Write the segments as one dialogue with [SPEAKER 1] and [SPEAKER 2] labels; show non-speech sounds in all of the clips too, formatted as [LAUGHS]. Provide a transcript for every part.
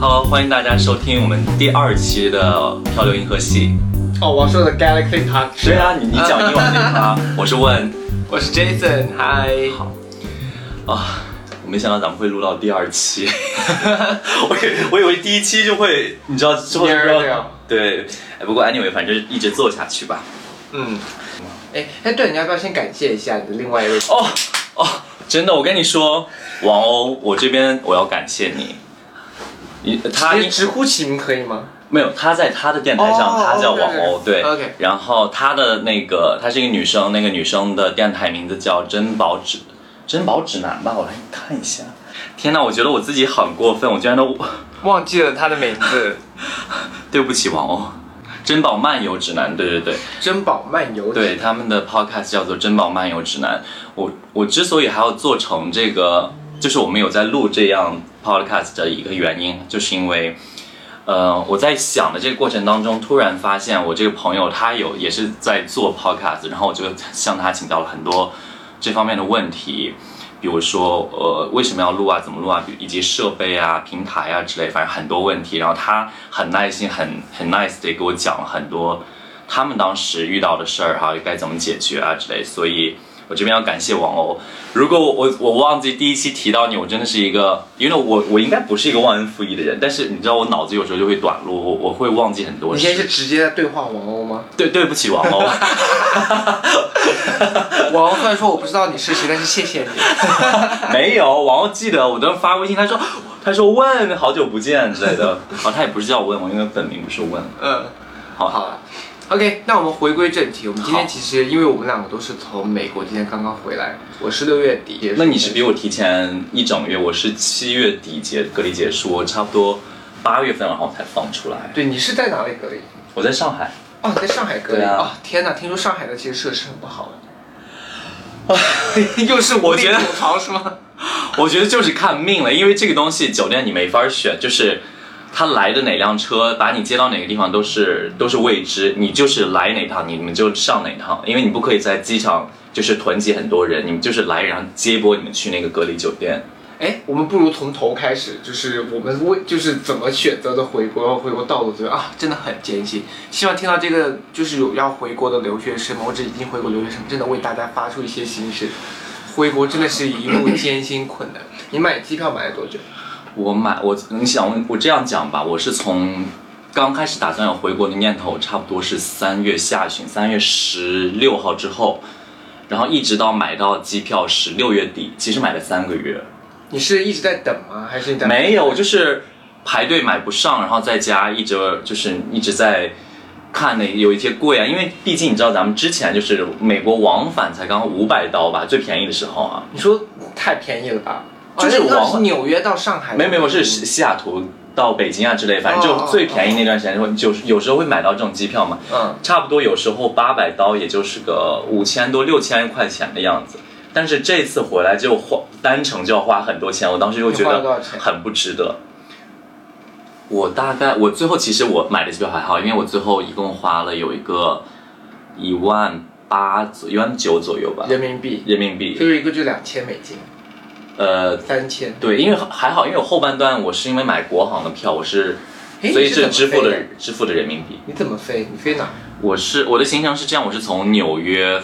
[SPEAKER 1] Hello，欢迎大家收听我们第二期的《漂流银河系
[SPEAKER 2] 哦，我说的 Galaxy》。Touch。
[SPEAKER 1] 对啊，你你
[SPEAKER 2] [LAUGHS]
[SPEAKER 1] 讲英文那趴，我是问。
[SPEAKER 2] 我是 Jason，嗨。
[SPEAKER 1] 好啊，我没想到咱们会录到第二期， [LAUGHS] 我以我以为第一期就会，你知道之后就
[SPEAKER 2] 蔫儿掉
[SPEAKER 1] 对，哎，不过 anyway，反正一直做下去吧。
[SPEAKER 2] 嗯。哎哎，对，你要不要先感谢一下你的另外一位？
[SPEAKER 1] 哦哦，真的，我跟你说，王鸥，我这边我要感谢你，你他
[SPEAKER 2] 直接直呼其名可以吗？
[SPEAKER 1] 没有，她在她的电台上，
[SPEAKER 2] 哦
[SPEAKER 1] 她叫
[SPEAKER 2] OK，
[SPEAKER 1] 网欧，对。
[SPEAKER 2] OK
[SPEAKER 1] 然后她的那个，她是一个女生，那个女生的电台名字叫珍宝指珍宝指南吧，我来看一下。天呐，我觉得我自己很过分，我居然都 [LAUGHS]
[SPEAKER 2] 忘记了他的名字，
[SPEAKER 1] 对不起王欧。珍宝漫游指南，对对对，
[SPEAKER 2] [LAUGHS] 珍宝漫游。
[SPEAKER 1] 对，他们的 podcast 叫做《珍宝漫游指南》。我我之所以还要做成这个，就是我们有在录这样 podcast 的一个原因，就是因为，呃，我在想的这个过程当中，突然发现我这个朋友他有也是在做 podcast，然后我就向他请教了很多这方面的问题。比如说，呃，为什么要录啊？怎么录啊？比以及设备啊、平台啊之类，反正很多问题。然后他很耐心、很很 nice 的给我讲了很多他们当时遇到的事儿哈、该怎么解决啊之类。所以我这边要感谢王鸥。如果我我忘记第一期提到你，我真的是一个，因为我我应该不是一个忘恩负义的人，但是你知道我脑子有时候就会短路，我我会忘记很多
[SPEAKER 2] 你现在是
[SPEAKER 1] 事。
[SPEAKER 2] 直接在对话王鸥吗？
[SPEAKER 1] 对对不起王鸥，
[SPEAKER 2] [LAUGHS] 王鸥虽然说我不知道你是谁，但是谢谢你。
[SPEAKER 1] [LAUGHS] 没有王鸥记得我当时发微信，他说他说问好久不见之类 [LAUGHS] 的，哦他也不是叫问，我因为本名不是问。
[SPEAKER 2] [LAUGHS] 嗯，
[SPEAKER 1] 好
[SPEAKER 2] 好了。OK，那我们回归正题。我们今天
[SPEAKER 1] 好
[SPEAKER 2] 其实因为我们两个都是从美国今天刚刚回来，我是六月底。
[SPEAKER 1] [LAUGHS] 那你是比我提前一整月，我是七月底结隔离结束，我差不多八月份然后才放出来。
[SPEAKER 2] 对你是在哪里隔离？
[SPEAKER 1] 我在上海，
[SPEAKER 2] 哦，你在上海隔离
[SPEAKER 1] 对啊
[SPEAKER 2] 哦！天哪，听说上海的其实设施很不好。啊 [LAUGHS] 又是
[SPEAKER 1] 我觉得
[SPEAKER 2] 无力吐槽是吗？
[SPEAKER 1] 我觉得就是看命了，因为这个东西酒店你没法选，就是他来的哪辆车，把你接到哪个地方都是都是未知，你就是来哪趟，你们就上哪趟，因为你不可以在机场就是囤积很多人，你们就是来然后接驳你们去那个隔离酒店。
[SPEAKER 2] 哎，我们不如从头开始，就是我们为就是怎么选择的回国，回国道路这个啊，真的很艰辛。希望听到这个就是有要回国的留学生们，或者已经回国留学生们，真的为大家发出一些心声。回国真的是一路艰辛困难。你买机票买了多久？
[SPEAKER 1] 我买我你想我这样讲吧，我是从刚开始打算有回国的念头，差不多是三月下旬，三月十六号之后，然后一直到买到机票是六月底，其实买了三个月。
[SPEAKER 2] 你是一直在等吗？还是你在
[SPEAKER 1] 没有，就是排队买不上，然后在家一直就是一直在看那有一些贵啊，因为毕竟你知道咱们之前就是美国往返才刚五百刀吧，最便宜的时候啊。
[SPEAKER 2] 你说太便宜了吧？
[SPEAKER 1] 就是
[SPEAKER 2] 哦那那
[SPEAKER 1] 往
[SPEAKER 2] 是纽约到上海的，
[SPEAKER 1] 没有没有，我是西西雅图到北京啊之类，反正
[SPEAKER 2] 嗯哦
[SPEAKER 1] 就
[SPEAKER 2] 哦
[SPEAKER 1] 最便宜那段时间，就有有时候会买到这种机票嘛，
[SPEAKER 2] 嗯，
[SPEAKER 1] 差不多有时候八百刀也就是个五千多六千块钱的样子。但是这次回来就花单程就要花很多钱，我当时就觉
[SPEAKER 2] 你花了多少
[SPEAKER 1] 得
[SPEAKER 2] 钱
[SPEAKER 1] 很不值得。我大概我最后其实我买的机票还好，因为我最后一共花了有一个一万八左一万九左右吧，
[SPEAKER 2] 人民币，
[SPEAKER 1] 人民币。
[SPEAKER 2] 就是一个就两千美金，
[SPEAKER 1] 呃，
[SPEAKER 2] 三千。
[SPEAKER 1] 对，因为还好，因为我后半段我是因为买国航的票，我是
[SPEAKER 2] 诶
[SPEAKER 1] 所以
[SPEAKER 2] 你是
[SPEAKER 1] 是
[SPEAKER 2] 怎么
[SPEAKER 1] 支付
[SPEAKER 2] 飞
[SPEAKER 1] 了
[SPEAKER 2] 的
[SPEAKER 1] 支付的人民币。
[SPEAKER 2] 你怎么飞？你飞哪？
[SPEAKER 1] 我是我的行程是这样，我是从纽约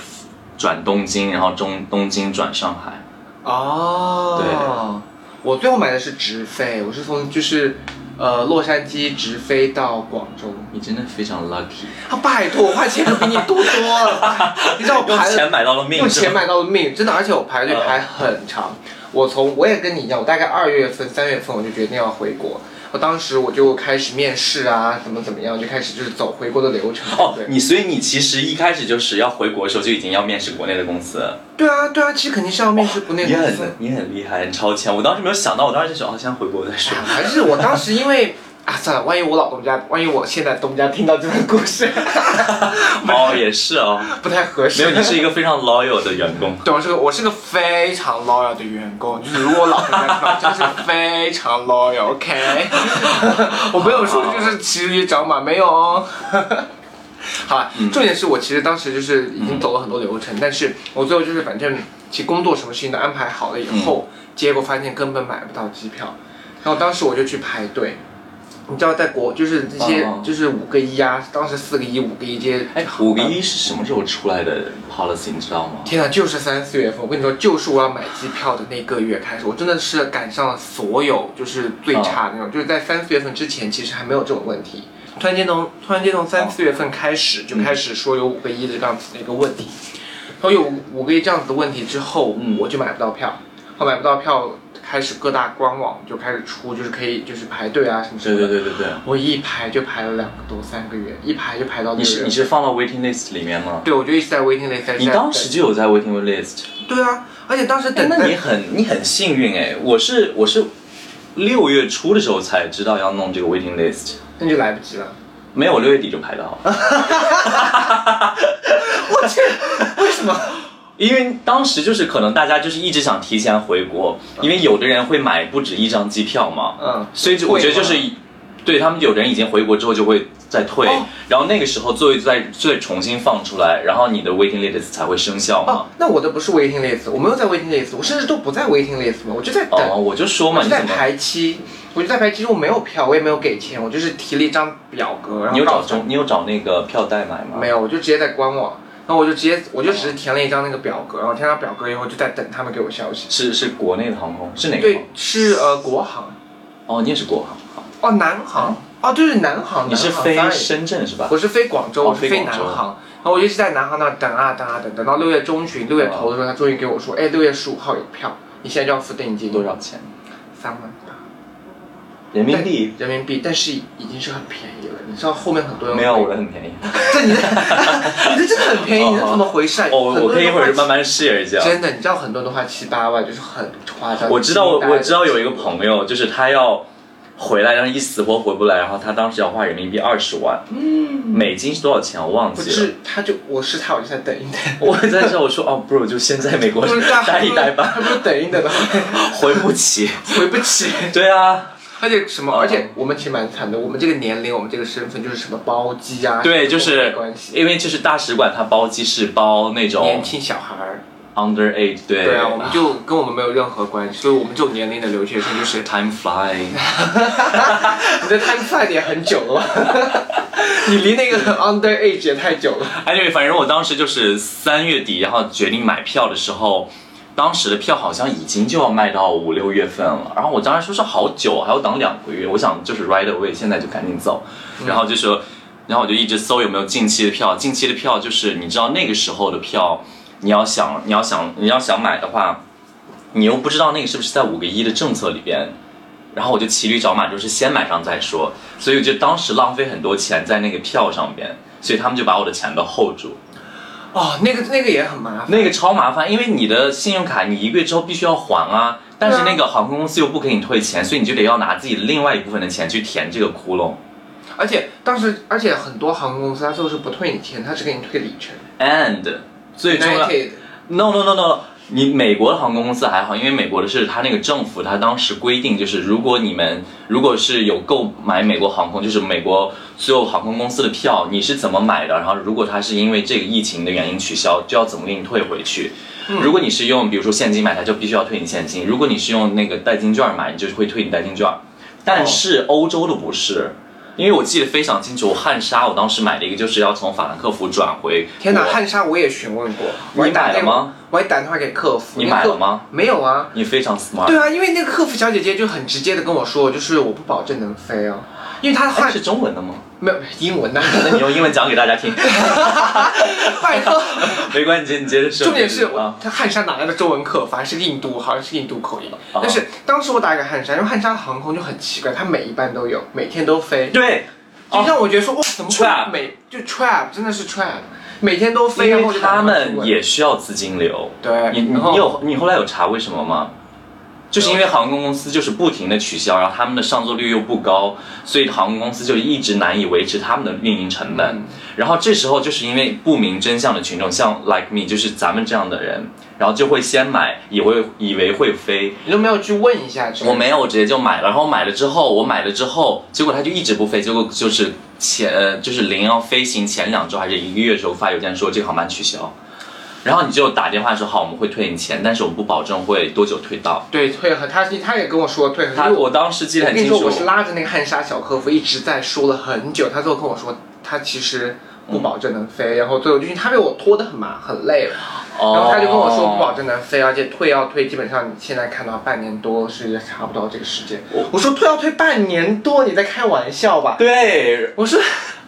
[SPEAKER 1] 转东京，然后中东京转上海。
[SPEAKER 2] 哦，对，我最后买的是直飞，我是从就是呃洛杉矶直飞到广州。
[SPEAKER 1] 你真的非常 lucky，
[SPEAKER 2] 啊，拜托，我花钱可比你多多 [LAUGHS] 了。你知道我
[SPEAKER 1] 用
[SPEAKER 2] 排了
[SPEAKER 1] 钱买到了命，
[SPEAKER 2] 用
[SPEAKER 1] 是
[SPEAKER 2] 钱
[SPEAKER 1] 吗？
[SPEAKER 2] 买到的命，真的，而且我排队
[SPEAKER 1] 嗯
[SPEAKER 2] 排很长。我从我也跟你一样，我大概二月份、三月份我就决定要回国。我当时我就开始面试啊，怎么怎么样，就开始就是走回国的流程。
[SPEAKER 1] 哦
[SPEAKER 2] 对，
[SPEAKER 1] 你所以你其实一开始就是要回国的时候就已经要面试国内的公司，
[SPEAKER 2] 对啊，对啊，其实肯定是要面试国内
[SPEAKER 1] 你
[SPEAKER 2] 公
[SPEAKER 1] 很
[SPEAKER 2] 司。
[SPEAKER 1] 你很厉害，很超前。我当时没有想到，我当时就想哦，先回国再
[SPEAKER 2] [LAUGHS]
[SPEAKER 1] 说。
[SPEAKER 2] 还是我当时因为啊，算了，万一我老东家，万一我现在东家听到这段故事，
[SPEAKER 1] 哦，也是哦，
[SPEAKER 2] 不太合
[SPEAKER 1] 没
[SPEAKER 2] 适。
[SPEAKER 1] 有，你是一个非常 loyal 的员
[SPEAKER 2] [LAUGHS]
[SPEAKER 1] 工。
[SPEAKER 2] 对，我是个我是个非常 loyal 的员工，就是如果我老婆在看到，真的是非常 loyal，OK、我没有说就是骑驴找马，没有哦。 [LAUGHS] 好吧，
[SPEAKER 1] 嗯
[SPEAKER 2] 重点是我其实当时就是已经走了很多流程，但是我最后就是反正其实工作什么事情都安排
[SPEAKER 1] 嗯
[SPEAKER 2] 好了以后，结果发现根本买不到机票，然后当时我就去排队，你知道在国就是这些
[SPEAKER 1] 嗯嗯
[SPEAKER 2] 就是五个一啊，当时四个一五个一这些，
[SPEAKER 1] 哎，五个一是什么时候出来的 policy 你知道吗？
[SPEAKER 2] 天呐，就是三四月份，我跟你说，就是我要买机票的那个月开始，我真的是赶上了所有就是最
[SPEAKER 1] 啊
[SPEAKER 2] 差的那种，就是在三四月份之前，其实还没有这种问题。突然间从突然间从三四月份开始就开始说有五个一的这样子的一个问题，然后有五五个一这样子的问题之后，
[SPEAKER 1] 嗯
[SPEAKER 2] 我就买不到票，后买不到票，开始各大官网就开始出，就是可以就是排队啊什么
[SPEAKER 1] 对
[SPEAKER 2] 什么的。
[SPEAKER 1] 对对对对，
[SPEAKER 2] 我一排就排了两个多三个月，一排就排到
[SPEAKER 1] 你
[SPEAKER 2] 六
[SPEAKER 1] 是
[SPEAKER 2] 月
[SPEAKER 1] 你。是放到 waiting list 里面吗？
[SPEAKER 2] 对，我就一直在 waiting list，在
[SPEAKER 1] 你
[SPEAKER 2] 在
[SPEAKER 1] 当时就有在 waiting list，
[SPEAKER 2] 对啊，而且当时
[SPEAKER 1] 哎
[SPEAKER 2] 等
[SPEAKER 1] 那
[SPEAKER 2] 待
[SPEAKER 1] 你很你很幸运哎，我是我是六月初的时候才知道要弄这个 waiting list，
[SPEAKER 2] 那就来不及了。
[SPEAKER 1] 没 [LAUGHS] 有我六月底就排到了，
[SPEAKER 2] 我去，为什么？
[SPEAKER 1] 因为当时就是可能大家就是一直想提前回国，因为有的人会买不止一张机票嘛，
[SPEAKER 2] 嗯
[SPEAKER 1] 所以就我觉得就是
[SPEAKER 2] 会
[SPEAKER 1] 对他们有的人已经回国之后就会再退，
[SPEAKER 2] 哦
[SPEAKER 1] 然后那个时候座位再再重新放出来，然后你的 waiting list 才会生效嘛
[SPEAKER 2] 哦。，那我的不是 waiting list，我没有在 waiting list，我甚至都不在 waiting list 嘛，我就在等，
[SPEAKER 1] 哦，我就说
[SPEAKER 2] 我
[SPEAKER 1] 嘛，
[SPEAKER 2] 就
[SPEAKER 1] 你
[SPEAKER 2] 在
[SPEAKER 1] 怎么
[SPEAKER 2] 排期，我就在排期，我没有票，我也没有给钱，我就是提了一张表格，然
[SPEAKER 1] 你有
[SPEAKER 2] 后告
[SPEAKER 1] 找
[SPEAKER 2] 诉
[SPEAKER 1] 中你有找那个票代买吗？
[SPEAKER 2] 没有，我就直接在官网，然后我就直接我就只是填了一张那个表格，然后填上表格以后就在等他们给我消息。
[SPEAKER 1] 是是国内的航空是哪个航
[SPEAKER 2] 对，？是呃国航，
[SPEAKER 1] 哦，你也是国航，
[SPEAKER 2] 哦南航，哦对对南航，
[SPEAKER 1] 嗯你是
[SPEAKER 2] 南航
[SPEAKER 1] 飞
[SPEAKER 2] sorry
[SPEAKER 1] 深圳是吧？
[SPEAKER 2] 嗯我是飞广州，
[SPEAKER 1] 哦
[SPEAKER 2] 我是飞
[SPEAKER 1] 飞
[SPEAKER 2] 南
[SPEAKER 1] 广州
[SPEAKER 2] 航，然后我一直在南航那儿等啊等啊等，等到六月中旬、六月头
[SPEAKER 1] 哦
[SPEAKER 2] 的时候，他终于给我说，哎，六月十五号有票，你现在就要付定金，
[SPEAKER 1] 多少钱？
[SPEAKER 2] 三万八
[SPEAKER 1] 人民币？
[SPEAKER 2] 人民币，但是已经是很便宜了，你知道后面很多人
[SPEAKER 1] 没有，我的很便宜。
[SPEAKER 2] 这你的 [LAUGHS] 你这真的很便宜，你这怎么回事啊？
[SPEAKER 1] 哦，我我可以一会儿慢
[SPEAKER 2] 慢。
[SPEAKER 1] 慢 share 一下。
[SPEAKER 2] 真的，你知道很多人都花七八万，就是很夸张。
[SPEAKER 1] 我知道，我我知道有一个
[SPEAKER 2] 友，
[SPEAKER 1] 朋友，就是他要回来，但是一死活回不来，然后他当时要花人民币二十万，
[SPEAKER 2] 嗯
[SPEAKER 1] 美金是多少钱我忘
[SPEAKER 2] 不
[SPEAKER 1] 记了。
[SPEAKER 2] 是他就我是他，我就在等一等，
[SPEAKER 1] [LAUGHS] 我在这我说哦，bro，就先在美国
[SPEAKER 2] 不是他
[SPEAKER 1] 待一待吧，
[SPEAKER 2] 还不是等一等的，
[SPEAKER 1] 回不起。
[SPEAKER 2] 回不起。
[SPEAKER 1] 对啊，
[SPEAKER 2] 而且什么？
[SPEAKER 1] 哦
[SPEAKER 2] 而且我们其实蛮惨的，我们这个年龄，我们这个身份就是什么包机啊，
[SPEAKER 1] 对，
[SPEAKER 2] 什
[SPEAKER 1] 就
[SPEAKER 2] 么都没
[SPEAKER 1] 是
[SPEAKER 2] 关系。
[SPEAKER 1] 因为就是大使馆它包机是包那
[SPEAKER 2] 年
[SPEAKER 1] 种
[SPEAKER 2] 轻小孩儿，
[SPEAKER 1] under age，对，
[SPEAKER 2] 对啊，我们就跟我们没有任何关系，所以我们这种年龄的留学生就是
[SPEAKER 1] time fly。
[SPEAKER 2] 你的 time flight 也很久了吧？ [LAUGHS] 你离那个 under age 也太久了。
[SPEAKER 1] 哎，对，反正我当时就是三月底，然后决定买票的时候，当时的票好像已经就要卖到五六月份了。然后我当时说是好久，还要等两个月。我想就是 right away，现在就赶紧走。然后就说，然后我就一直搜有没有近期的票。近期的票就是你知道那个时候的票，你要想你要想你要想买的话，你又不知道那个是不是在五个一的政策里边。然后我就骑驴找马，就是先买上再说，所以我就当时浪费很多钱在那个票上边，所以他们就把我的钱都 hold 住。
[SPEAKER 2] 哦，那个那个也很麻烦。
[SPEAKER 1] 那个超麻烦，因为你的信用卡你一个月之后必须要还啊，但是
[SPEAKER 2] 对啊
[SPEAKER 1] 那个航空公司又不给你退钱，所以你就得要拿自己另外一部分的钱去填这个窟窿。
[SPEAKER 2] 而且当时，而且很多航空公司它最后是不退你钱，它只给你退里程。
[SPEAKER 1] And 最重要
[SPEAKER 2] United
[SPEAKER 1] ，no no no no，你美国的航空公司还好，因为美国的是它那个政府，它当时规定就是，如果你们如果是有购买美国航空，就是美国所有航空公司的票，你是怎么买的？然后如果它是因为这个疫情的原因取消，就要怎么给你退回去？
[SPEAKER 2] 嗯
[SPEAKER 1] 如果你是用比如说现金买，它就必须要退你现金；如果你是用那个代金券买，你就会退你代金券。但是欧洲的不是。因为我记得非常清楚，我汉莎我当时买的一个就是要从法兰克福转回国。
[SPEAKER 2] 天哪，汉莎我也询问过，我还
[SPEAKER 1] 你买
[SPEAKER 2] 打
[SPEAKER 1] 了
[SPEAKER 2] 电
[SPEAKER 1] 吗
[SPEAKER 2] 话，我还打电话给客服。
[SPEAKER 1] 你
[SPEAKER 2] 那
[SPEAKER 1] 买
[SPEAKER 2] 客
[SPEAKER 1] 了吗？
[SPEAKER 2] 没有啊。
[SPEAKER 1] 你非常 smart。
[SPEAKER 2] 对啊，因为那个客服小姐姐就很直接的跟我说，就是我不保证能飞哦，因为她
[SPEAKER 1] 哎
[SPEAKER 2] 换
[SPEAKER 1] 是中文的吗？
[SPEAKER 2] 没有英
[SPEAKER 1] [LAUGHS]
[SPEAKER 2] 文呐、 [LAUGHS]
[SPEAKER 1] 那你用英文讲给大家听，
[SPEAKER 2] 拜托。
[SPEAKER 1] 没关系，你接着说。
[SPEAKER 2] 重点是我
[SPEAKER 1] 啊，
[SPEAKER 2] 她汉莎哪来的中文客服，还是印度，好像是印度口音。
[SPEAKER 1] 啊
[SPEAKER 2] 但是当时我打给汉莎，因为汉莎航空就很奇怪，它每一班都有，每天都飞，
[SPEAKER 1] 对，
[SPEAKER 2] 就让我觉得说哇，怎么会
[SPEAKER 1] 哦 Trap
[SPEAKER 2] 每就 trap 真的是 trap，每天都飞，
[SPEAKER 1] 因
[SPEAKER 2] 然后我
[SPEAKER 1] 为
[SPEAKER 2] 就
[SPEAKER 1] 他
[SPEAKER 2] 打电话去
[SPEAKER 1] 们
[SPEAKER 2] 问
[SPEAKER 1] 也需要资金流。
[SPEAKER 2] 对
[SPEAKER 1] 你你
[SPEAKER 2] 然后
[SPEAKER 1] 你有你后来有查为什么吗？就是因为航空公司就是不停的取消，然后他们的上座率又不高，所以航空公司就一直难以维持他们的运营成本。
[SPEAKER 2] 嗯
[SPEAKER 1] 然后这时候就是因为不明真相的群众，像 like me，就是咱们这样的人，然后就会先买，以为以为会飞，
[SPEAKER 2] 你都没有去问一下之类的，
[SPEAKER 1] 我没有，我直接就买了。然后买了之后，我买了之后，结果它就一直不飞，结果就是前呃就是临要飞行前两周还是一个月的时候发邮件说这个航班取消。然后你就打电话说好，我们会退你钱，但是我们不保证会多久退到。
[SPEAKER 2] 对，退和他是他也跟我说退和，
[SPEAKER 1] 他
[SPEAKER 2] 因为
[SPEAKER 1] 我当时记得
[SPEAKER 2] 我
[SPEAKER 1] 很
[SPEAKER 2] 跟你
[SPEAKER 1] 清
[SPEAKER 2] 说，
[SPEAKER 1] 楚
[SPEAKER 2] 我，是拉着那个汉莎小客服一直在说了很久，他最后跟我说他其实不保证能飞，然后最后就是他被我拖得很麻很累了，
[SPEAKER 1] 哦
[SPEAKER 2] 然后他就跟我说不保证能飞，而且退要退，基本上你现在看到半年多是差不到这个时间。我说退要退半年多，你在开玩笑吧？
[SPEAKER 1] 对
[SPEAKER 2] 我说，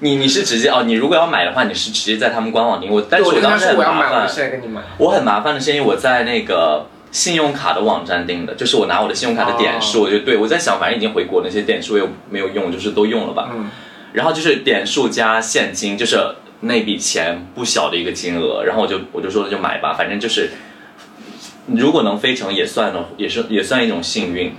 [SPEAKER 1] 你，你是直接哦，你如果要买的话，你是直接在他们官网订。我但
[SPEAKER 2] 对
[SPEAKER 1] 是
[SPEAKER 2] 我跟他
[SPEAKER 1] 当时
[SPEAKER 2] 说
[SPEAKER 1] 很
[SPEAKER 2] 我要买，
[SPEAKER 1] 麻
[SPEAKER 2] 我就
[SPEAKER 1] 烦，
[SPEAKER 2] 现在跟你买。
[SPEAKER 1] 我很麻烦的是因为我在那个信用卡的网站订的，就是我拿我的信用卡的点数，我就对我在想，反正已经回国那些点数又没有用，就是都用了吧。
[SPEAKER 2] 嗯，
[SPEAKER 1] 然后就是点数加现金，就是那笔钱不小的一个金额。然后我就我就说就买吧，反正就是如果能飞成也算了，也是也算一种幸运。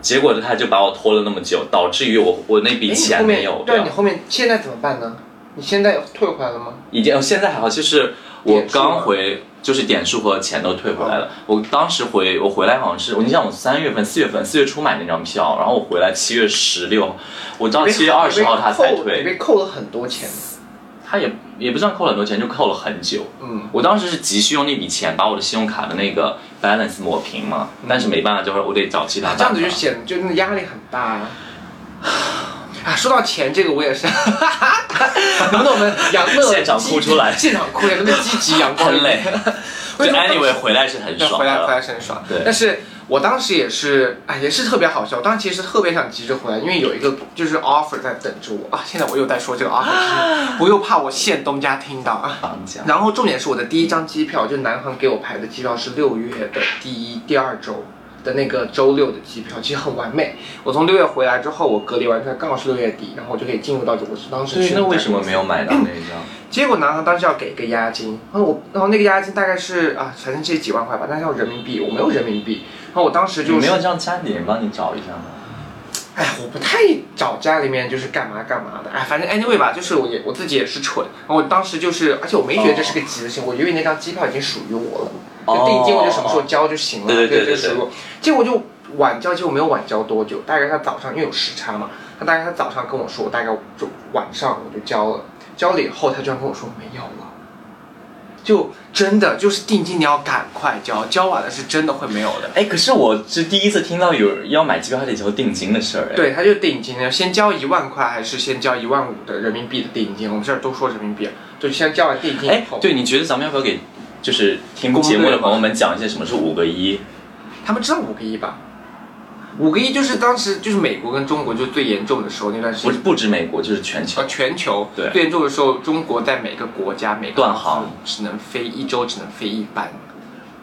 [SPEAKER 1] 结果他就把我拖了那么久，导致于我我那笔
[SPEAKER 2] 哎
[SPEAKER 1] 钱没有
[SPEAKER 2] 你后面对啊
[SPEAKER 1] 掉
[SPEAKER 2] 你后面现在怎么办呢？你现在退回来了吗？
[SPEAKER 1] 已经现在还好，就是我
[SPEAKER 2] 点数哦
[SPEAKER 1] 刚
[SPEAKER 2] 吗
[SPEAKER 1] 回，就是点数和钱都退回来了。我当时回我回来好像是，你想我三月份、四月份、四月初买那张票，然后我回来七月十六，我到七月二十号他才
[SPEAKER 2] 你被扣你
[SPEAKER 1] 退，
[SPEAKER 2] 被扣了很多钱。
[SPEAKER 1] 他也也不算扣了很多钱，就扣了很久。
[SPEAKER 2] 嗯，
[SPEAKER 1] 我当时是急需用那笔钱把我的信用卡的那个 balance 抹平嘛，但是没办法，就是我得找其他办
[SPEAKER 2] 嗯这
[SPEAKER 1] 法。
[SPEAKER 2] 样子就显得就那压力很大啊。 [SIGHS] 啊，说到钱这个，我
[SPEAKER 1] [LAUGHS]
[SPEAKER 2] 也是，能不能我们阳乐
[SPEAKER 1] 现场哭出来
[SPEAKER 2] 现场哭，那么积极
[SPEAKER 1] [LAUGHS]
[SPEAKER 2] 阳光
[SPEAKER 1] 很累。
[SPEAKER 2] [LAUGHS] 为
[SPEAKER 1] 就
[SPEAKER 2] 什么当时
[SPEAKER 1] anyway 回来是很
[SPEAKER 2] 对，
[SPEAKER 1] 爽
[SPEAKER 2] 回来回
[SPEAKER 1] 的，
[SPEAKER 2] 来是很爽。
[SPEAKER 1] 对
[SPEAKER 2] 但是我当时也是，哎，也是特别好笑。我当时其实特别想急着回来，因为有一个就是 offer 在等着我啊。现在我又在说这个 offer，是
[SPEAKER 1] 啊
[SPEAKER 2] 我又怕我现东家听到啊。
[SPEAKER 1] 绑架
[SPEAKER 2] 然后重点是我的第一张机票，就南航给我排的机票是六月的第一、第二周的那个周六的机票，其实很完美。我从六月回来之后，我隔离完出来刚好是六月底，然后我就可以进入到我是当时
[SPEAKER 1] 对
[SPEAKER 2] 去，
[SPEAKER 1] 那为什么没有买到那一张？
[SPEAKER 2] 结果南航当时要给一个押金，然后我，然后那个押金大概是啊，反正这几万块吧，但是要人民币，我没有人民币，然后我当时
[SPEAKER 1] 有
[SPEAKER 2] 就
[SPEAKER 1] 没
[SPEAKER 2] 是
[SPEAKER 1] 有，让家里人帮你找一下吗？
[SPEAKER 2] 哎，我不太找家里面就是干嘛干嘛的，哎，反正 anyway 吧，就是我也我自己也是蠢，然后我当时就是，而且我没觉得这是个急的事情，我因为那张机票已经属于我了，就定金我就什么时候交就行了，
[SPEAKER 1] 对对对
[SPEAKER 2] 哦对，这
[SPEAKER 1] 对
[SPEAKER 2] 个属于我，结果就晚交，结果没有晚交多久，大概他早上因为有时差嘛，他大概他早上跟我说，大概就晚上我就交了，交了以后他居然跟我说没有了。就真的就是定金，你要赶快交，交晚了是真的会没有的。
[SPEAKER 1] 哎，可是我是第一次听到有人要买机票还得交定金的事儿，哎，
[SPEAKER 2] 对，他就定金，先交一万块还是先交一万五的人民币的定金？我们这儿都说人民币，就先交完定金以
[SPEAKER 1] 哎
[SPEAKER 2] 后，，
[SPEAKER 1] 对，你觉得咱们要不要给就是听节目的朋友们讲一些什么是五个一？
[SPEAKER 2] 他们知道五个亿吧？五个亿就是当时就是美国跟中国就最严重的时候那段时
[SPEAKER 1] 不是
[SPEAKER 2] 间，
[SPEAKER 1] 不止美国，就是全球
[SPEAKER 2] 呃，。全球
[SPEAKER 1] 对
[SPEAKER 2] 最严重的时候，中国在每个国家每个
[SPEAKER 1] 断航
[SPEAKER 2] 公司只能飞一周，只能飞一班。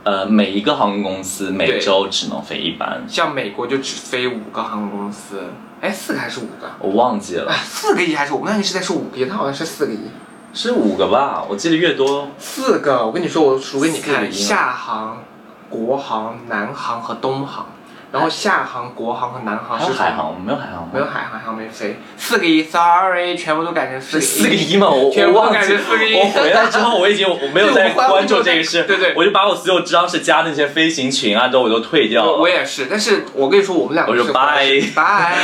[SPEAKER 1] 呃，每一个航空公司每
[SPEAKER 2] 对
[SPEAKER 1] 周只能飞一班，
[SPEAKER 2] 像美国就只飞五个航空公司，哎，四个还是五个？
[SPEAKER 1] 我忘记了
[SPEAKER 2] 啊，，四个亿还是我们那你是在说五个亿，他好像是四个亿。
[SPEAKER 1] 是五个吧？我记得越多
[SPEAKER 2] 四个，我跟你说，我数给你
[SPEAKER 1] 四个
[SPEAKER 2] 看：
[SPEAKER 1] 一
[SPEAKER 2] 厦航、国航、南航和东航。然后厦航、国航和南航
[SPEAKER 1] 还有
[SPEAKER 2] 是
[SPEAKER 1] 海，航，没有海航吗？
[SPEAKER 2] 没有海航，海航没飞。四个一，sorry，全部都改成
[SPEAKER 1] 是
[SPEAKER 2] 四
[SPEAKER 1] 四
[SPEAKER 2] 个
[SPEAKER 1] 个
[SPEAKER 2] 一。
[SPEAKER 1] 一吗？我
[SPEAKER 2] 全
[SPEAKER 1] 我
[SPEAKER 2] 部
[SPEAKER 1] 忘
[SPEAKER 2] 改
[SPEAKER 1] 记
[SPEAKER 2] 成
[SPEAKER 1] 了。
[SPEAKER 2] 四个一
[SPEAKER 1] 我回来之后，我已经我没有
[SPEAKER 2] 对
[SPEAKER 1] 在
[SPEAKER 2] 我回来
[SPEAKER 1] 关注
[SPEAKER 2] 我就
[SPEAKER 1] 这个事，
[SPEAKER 2] 对对
[SPEAKER 1] 我就把我所有知道是加的那些飞行群啊，都我都退掉了。
[SPEAKER 2] 我我也是，但是我跟你说，我们两个
[SPEAKER 1] 我说
[SPEAKER 2] 是回来是
[SPEAKER 1] bye
[SPEAKER 2] [LAUGHS] 拜，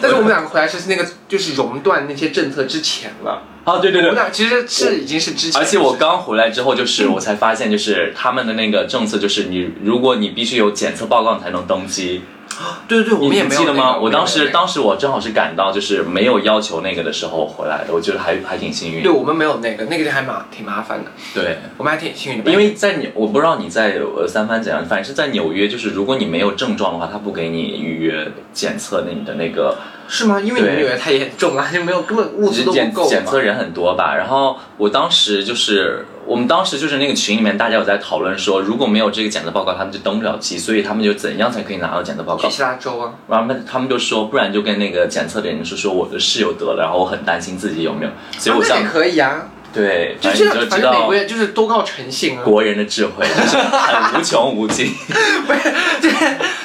[SPEAKER 2] 但是我们两个回来是那个就是熔断那些政策之前了，
[SPEAKER 1] 啊，对对
[SPEAKER 2] 我
[SPEAKER 1] 对
[SPEAKER 2] 们，俩其实是已经是之
[SPEAKER 1] [LAUGHS]
[SPEAKER 2] 前的事，
[SPEAKER 1] 而且我刚回来之后，
[SPEAKER 2] [LAUGHS]
[SPEAKER 1] 就是我才发现，就是他们的那个政策，就是你如果你必须有检测报告你才能登机，
[SPEAKER 2] [GASPS] 对对对，我
[SPEAKER 1] 你
[SPEAKER 2] 们也
[SPEAKER 1] 你
[SPEAKER 2] 没有
[SPEAKER 1] 记得
[SPEAKER 2] 那
[SPEAKER 1] 吗？
[SPEAKER 2] 个
[SPEAKER 1] 我当时。
[SPEAKER 2] 们也没有那个
[SPEAKER 1] 当时我正好是赶到就是没有要求那个的时候回来的，我觉得还还挺幸运
[SPEAKER 2] 对，。我们没有那个，那个就还蛮挺麻烦的，
[SPEAKER 1] 对，
[SPEAKER 2] 我们还挺幸运的，
[SPEAKER 1] 因为在纽，我不知道你在呃三藩怎样，反正是在纽约，就是如果你没有症状的话，他不给你预约检测那你的那个
[SPEAKER 2] 是吗？因为你
[SPEAKER 1] 对
[SPEAKER 2] 们纽约太严重啊了，就没有根本物资都不
[SPEAKER 1] 检
[SPEAKER 2] 够
[SPEAKER 1] 检
[SPEAKER 2] 嘛
[SPEAKER 1] 测。人很多吧，然后我当时就是我们当时就是那个群里面大家有在讨论说，如果没有这个检测报告，他们就登不了机，所以他们就怎样才可以拿到检测报
[SPEAKER 2] 去
[SPEAKER 1] 告？
[SPEAKER 2] 其他州啊，
[SPEAKER 1] 然后他们他们就说，不然就跟那个检测的人说，说我的室友得了，然后我很担心自己有没有，所以我
[SPEAKER 2] 那
[SPEAKER 1] 想、
[SPEAKER 2] 也可以啊，
[SPEAKER 1] 对，
[SPEAKER 2] 就
[SPEAKER 1] 反
[SPEAKER 2] 这
[SPEAKER 1] 正
[SPEAKER 2] 样
[SPEAKER 1] 你就，
[SPEAKER 2] 反
[SPEAKER 1] 知
[SPEAKER 2] 正美
[SPEAKER 1] 道
[SPEAKER 2] 国。人就是都靠诚信啊。
[SPEAKER 1] 国人的智慧就是很无穷无尽，
[SPEAKER 2] [LAUGHS] 这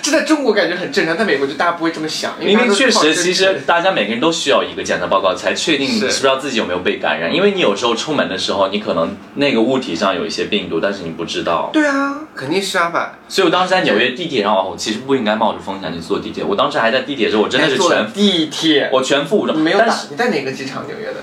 [SPEAKER 2] 这在中国感觉很正常，在美国就大家不会这么想，因
[SPEAKER 1] 因
[SPEAKER 2] 大家
[SPEAKER 1] 为
[SPEAKER 2] 都
[SPEAKER 1] 确
[SPEAKER 2] 是靠
[SPEAKER 1] 实，
[SPEAKER 2] 真
[SPEAKER 1] 其
[SPEAKER 2] 诚
[SPEAKER 1] 实大家每个人都需要一个检测报告，才确定你
[SPEAKER 2] 是
[SPEAKER 1] 是不知道自己有没有被感染。因为你有时候出门的时候，你可能那个物体上有一些病毒，但是你不知道。
[SPEAKER 2] 对啊，肯定是啊吧。
[SPEAKER 1] 所以我当时在纽约地铁上，我其实不应该冒着风险去坐地铁。我当时还在地铁的时候，我真的是
[SPEAKER 2] 还哎坐了
[SPEAKER 1] 全
[SPEAKER 2] 地铁，
[SPEAKER 1] 我全副武装，
[SPEAKER 2] 你没有
[SPEAKER 1] 但
[SPEAKER 2] 打
[SPEAKER 1] 是，
[SPEAKER 2] 你在哪个机场？纽约的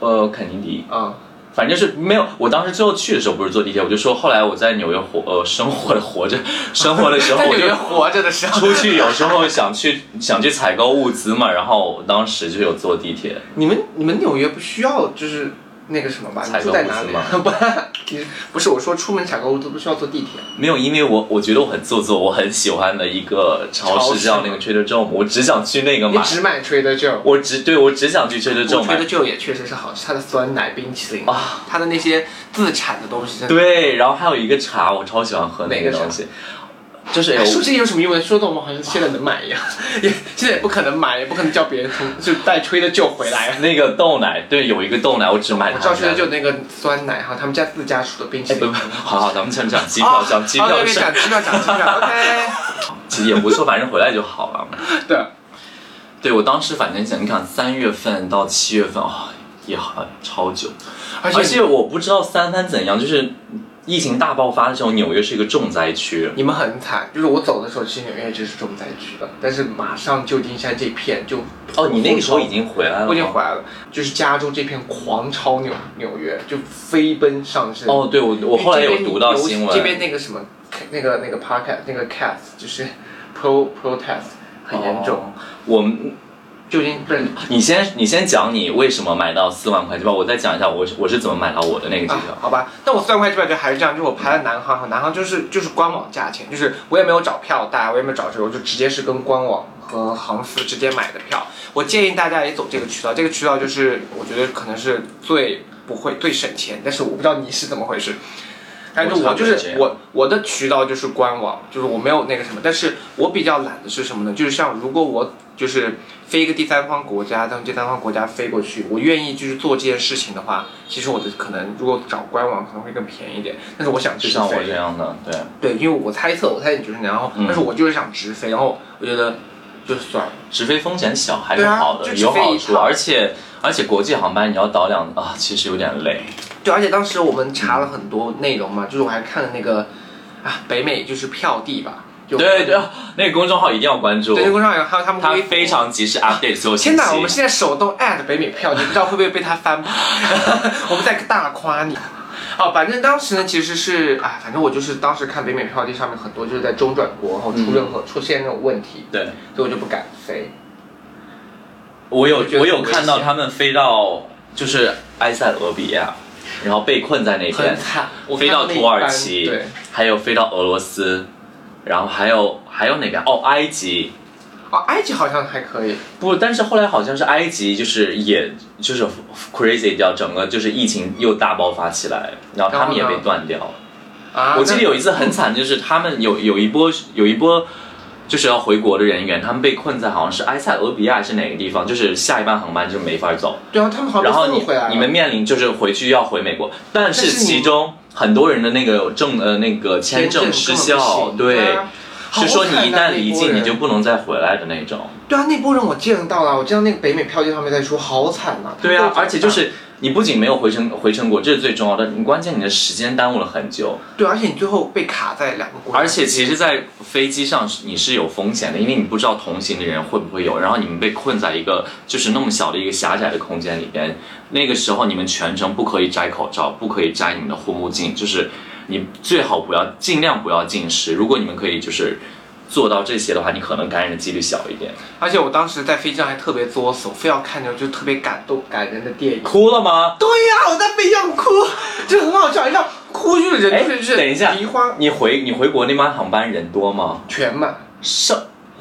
[SPEAKER 1] 呃，肯尼迪，
[SPEAKER 2] 啊？
[SPEAKER 1] 反正是没有。我当时最后去的时候不是坐地铁，我就说后来我在纽约活呃生活的活着 [LAUGHS] 生活的时候，
[SPEAKER 2] 在
[SPEAKER 1] 我
[SPEAKER 2] 纽
[SPEAKER 1] 就
[SPEAKER 2] 约活着的时候，
[SPEAKER 1] [LAUGHS] 出去有时候想去想去采购物资嘛，然后我当时就有坐地铁。
[SPEAKER 2] 你们你们纽约不需要就是那个什么吧？
[SPEAKER 1] 采
[SPEAKER 2] 你
[SPEAKER 1] 购
[SPEAKER 2] 住在哪里啊
[SPEAKER 1] 物？
[SPEAKER 2] [LAUGHS] 不，你不是我说出门采购物资不需要坐地铁。
[SPEAKER 1] 没有，因为我我觉得我很做作，我很喜欢的一个超
[SPEAKER 2] 超
[SPEAKER 1] 市
[SPEAKER 2] 市
[SPEAKER 1] 叫那个 Trader Joe，我只想去那个
[SPEAKER 2] 你
[SPEAKER 1] 买。
[SPEAKER 2] 只买 Trader Joe。
[SPEAKER 1] 我只对我只想去 Trader
[SPEAKER 2] 我
[SPEAKER 1] Joe 买
[SPEAKER 2] Trader Joe 也确实是好吃，它的酸奶、冰淇淋
[SPEAKER 1] 啊，
[SPEAKER 2] 它的那些自产的东西真的。
[SPEAKER 1] 对，然后还有一个茶，我超喜欢喝那
[SPEAKER 2] 哪个茶
[SPEAKER 1] 东西，就是哎
[SPEAKER 2] 哎说
[SPEAKER 1] 我
[SPEAKER 2] 这有什么用呢？说的我们好像现在能买一样， [LAUGHS] 也现在也不可能买，也不可能叫别人从就带 Trader Joe 回 [LAUGHS] 来。
[SPEAKER 1] 那个豆奶，对，有一个豆奶，我只买
[SPEAKER 2] 我
[SPEAKER 1] 它
[SPEAKER 2] 知道
[SPEAKER 1] 们家
[SPEAKER 2] Trader
[SPEAKER 1] 的。
[SPEAKER 2] Joe 那个酸奶哈，他们家自家出的冰淇
[SPEAKER 1] 哎，不
[SPEAKER 2] 淋
[SPEAKER 1] 不，。好好，咱们先讲机
[SPEAKER 2] 啊
[SPEAKER 1] 票，讲机票
[SPEAKER 2] 啊对
[SPEAKER 1] 的
[SPEAKER 2] 对
[SPEAKER 1] 事儿，
[SPEAKER 2] 讲机票，讲机 [LAUGHS] 票。OK。
[SPEAKER 1] 其实也不错，反正回来就好了。
[SPEAKER 2] 对，
[SPEAKER 1] 对我当时反正想，你看三月份到七月份啊、也好超久，
[SPEAKER 2] 而
[SPEAKER 1] 而
[SPEAKER 2] 且
[SPEAKER 1] 且我不知道三藩怎样，就是疫情大爆发的时候，纽约是一个重灾区。
[SPEAKER 2] 你们很惨，就是我走的时候，其实纽约就是重灾区了，但是马上旧金山这片就
[SPEAKER 1] 哦，你那个时候已经回来了吗？
[SPEAKER 2] 我已经回来了，就是加州这片狂超纽纽约，就飞奔上升。
[SPEAKER 1] 哦，对我我
[SPEAKER 2] 因为这边，
[SPEAKER 1] 后来有读到
[SPEAKER 2] 游
[SPEAKER 1] 新
[SPEAKER 2] 这
[SPEAKER 1] 闻，
[SPEAKER 2] 边那个什么，那个那个 podcast 那个 cast 就是 pro protest 很严重，
[SPEAKER 1] 哦我们
[SPEAKER 2] 旧金不是
[SPEAKER 1] 你先你先讲你为什么买到四万块机票，我再讲一下我是我是怎么买到我的那个机
[SPEAKER 2] 啊
[SPEAKER 1] 票。，
[SPEAKER 2] 好吧，但我算块这边就还是这样，就是我排了南航和南航就是就是官网价钱，就是我也没有找票代，我也没有找这个，我就直接是跟官网和航司直接买的票。我建议大家也走这个渠道，这个渠道就是我觉得可能是最不会最省钱，但是我不知道你是怎么回事。但是
[SPEAKER 1] 我差
[SPEAKER 2] 我
[SPEAKER 1] 不多
[SPEAKER 2] 就是
[SPEAKER 1] 这
[SPEAKER 2] 是
[SPEAKER 1] 样
[SPEAKER 2] 我我的渠道就是官网，就是我没有那个什么，但是我比较懒的是什么呢？就是像如果我就是飞一个第三方国家，从第三方国家飞过去，我愿意就是做这件事情的话，其实我的可能如果找官网可能会更便宜一点，但是我想
[SPEAKER 1] 就
[SPEAKER 2] 直
[SPEAKER 1] 像我
[SPEAKER 2] 飞
[SPEAKER 1] 这，样的，对，
[SPEAKER 2] 对，因为我猜测我猜你就是那样，然后
[SPEAKER 1] 嗯
[SPEAKER 2] 但是我就是想直飞，然后我觉得就算了，
[SPEAKER 1] 直飞风险小还是
[SPEAKER 2] 对啊
[SPEAKER 1] 好的，
[SPEAKER 2] 就直
[SPEAKER 1] 有
[SPEAKER 2] 飞
[SPEAKER 1] 好
[SPEAKER 2] 一
[SPEAKER 1] 处，
[SPEAKER 2] 趟
[SPEAKER 1] 而且而且国际航班你要倒两啊，其实有点累。
[SPEAKER 2] 对，而且当时我们查了很多内容嘛，就是我还看了那个啊北美就是票地吧，就
[SPEAKER 1] 对对，那个公众号一定要关注
[SPEAKER 2] 对，，那工商有还有他们
[SPEAKER 1] 它
[SPEAKER 2] 微博
[SPEAKER 1] 非常及时 update 所有信
[SPEAKER 2] 天
[SPEAKER 1] 息。
[SPEAKER 2] 哪！我们现在手动 at 北美票，你不知道会不会被他
[SPEAKER 1] [LAUGHS]
[SPEAKER 2] 翻盘？我们在大夸你。哦，反正当时呢，其实是啊，反正我就是当时看北美票地上面很多就是在中转国，然后出任何、出现那种问题，
[SPEAKER 1] 对，
[SPEAKER 2] 所以我就不敢飞。
[SPEAKER 1] 我有
[SPEAKER 2] 我觉得
[SPEAKER 1] 我有
[SPEAKER 2] 很危
[SPEAKER 1] 看到
[SPEAKER 2] 险
[SPEAKER 1] 他们飞到就是埃塞俄比亚，然后被困在那边，
[SPEAKER 2] 惨，我
[SPEAKER 1] 飞
[SPEAKER 2] 看
[SPEAKER 1] 到
[SPEAKER 2] 那
[SPEAKER 1] 土
[SPEAKER 2] 一
[SPEAKER 1] 耳
[SPEAKER 2] 班
[SPEAKER 1] 其
[SPEAKER 2] 对，
[SPEAKER 1] 还有飞到俄罗斯，然后还有还有哪个哦埃及。
[SPEAKER 2] 哦，埃及好像还可以，
[SPEAKER 1] 不，但是后来好像是埃及，就是也就是 crazy 掉，整个就是疫情又大爆发起来，然后他们也
[SPEAKER 2] 然后
[SPEAKER 1] 被
[SPEAKER 2] 呢
[SPEAKER 1] 断掉了。
[SPEAKER 2] 啊，
[SPEAKER 1] 我记得
[SPEAKER 2] 那
[SPEAKER 1] 有一次很惨，就是他们有有一波有一波就是要回国的人员，他们被困在好像是埃塞俄比亚还是哪个地方，就是下一班航班就没法走，
[SPEAKER 2] 对啊，他们好
[SPEAKER 1] 然后
[SPEAKER 2] 像
[SPEAKER 1] 你
[SPEAKER 2] 被送回来了。
[SPEAKER 1] 你们面临就是回去要回美国，但是
[SPEAKER 2] 但是你
[SPEAKER 1] 其中很多人的那个证呃那个签
[SPEAKER 2] 签
[SPEAKER 1] 证
[SPEAKER 2] 根
[SPEAKER 1] 失
[SPEAKER 2] 本不
[SPEAKER 1] 效，
[SPEAKER 2] 行
[SPEAKER 1] 对，
[SPEAKER 2] 啊
[SPEAKER 1] 是说你一
[SPEAKER 2] 好惨啊
[SPEAKER 1] 旦离
[SPEAKER 2] 那一波
[SPEAKER 1] 境
[SPEAKER 2] 人
[SPEAKER 1] 你就不能再回来的那种。
[SPEAKER 2] 对啊，那波人我见到了，我见到那个北美票地上面在说，好惨呐、
[SPEAKER 1] 对
[SPEAKER 2] 他
[SPEAKER 1] 啊
[SPEAKER 2] 们，都
[SPEAKER 1] 而且就是你不仅没有回程回程国，这是最重要的，你关键你的时间耽误了很久。
[SPEAKER 2] 对，而且你最后被卡在两个国家，
[SPEAKER 1] 而且其实，在飞机上是你是有风险的，因为你不知道同行的人会不会有，然后你们被困在一个就是那么小的一个狭窄的空间里边，那个时候你们全程不可以摘口罩，不可以摘你们的护目镜，就是你最好不要，尽量不要近视。如果你们可以就是做到这些的话，你可能感染的几率小一点。
[SPEAKER 2] 而且我当时在飞机上还特别作死，我非要看那种就特别感动、感人的电影。
[SPEAKER 1] 哭了吗？
[SPEAKER 2] 对呀、我在飞机上哭，就很好笑，你知道哭就是
[SPEAKER 1] 哎
[SPEAKER 2] 人就是
[SPEAKER 1] 等一下
[SPEAKER 2] 梨花
[SPEAKER 1] 你回你回国那班航班人多吗？
[SPEAKER 2] 全满，
[SPEAKER 1] 是，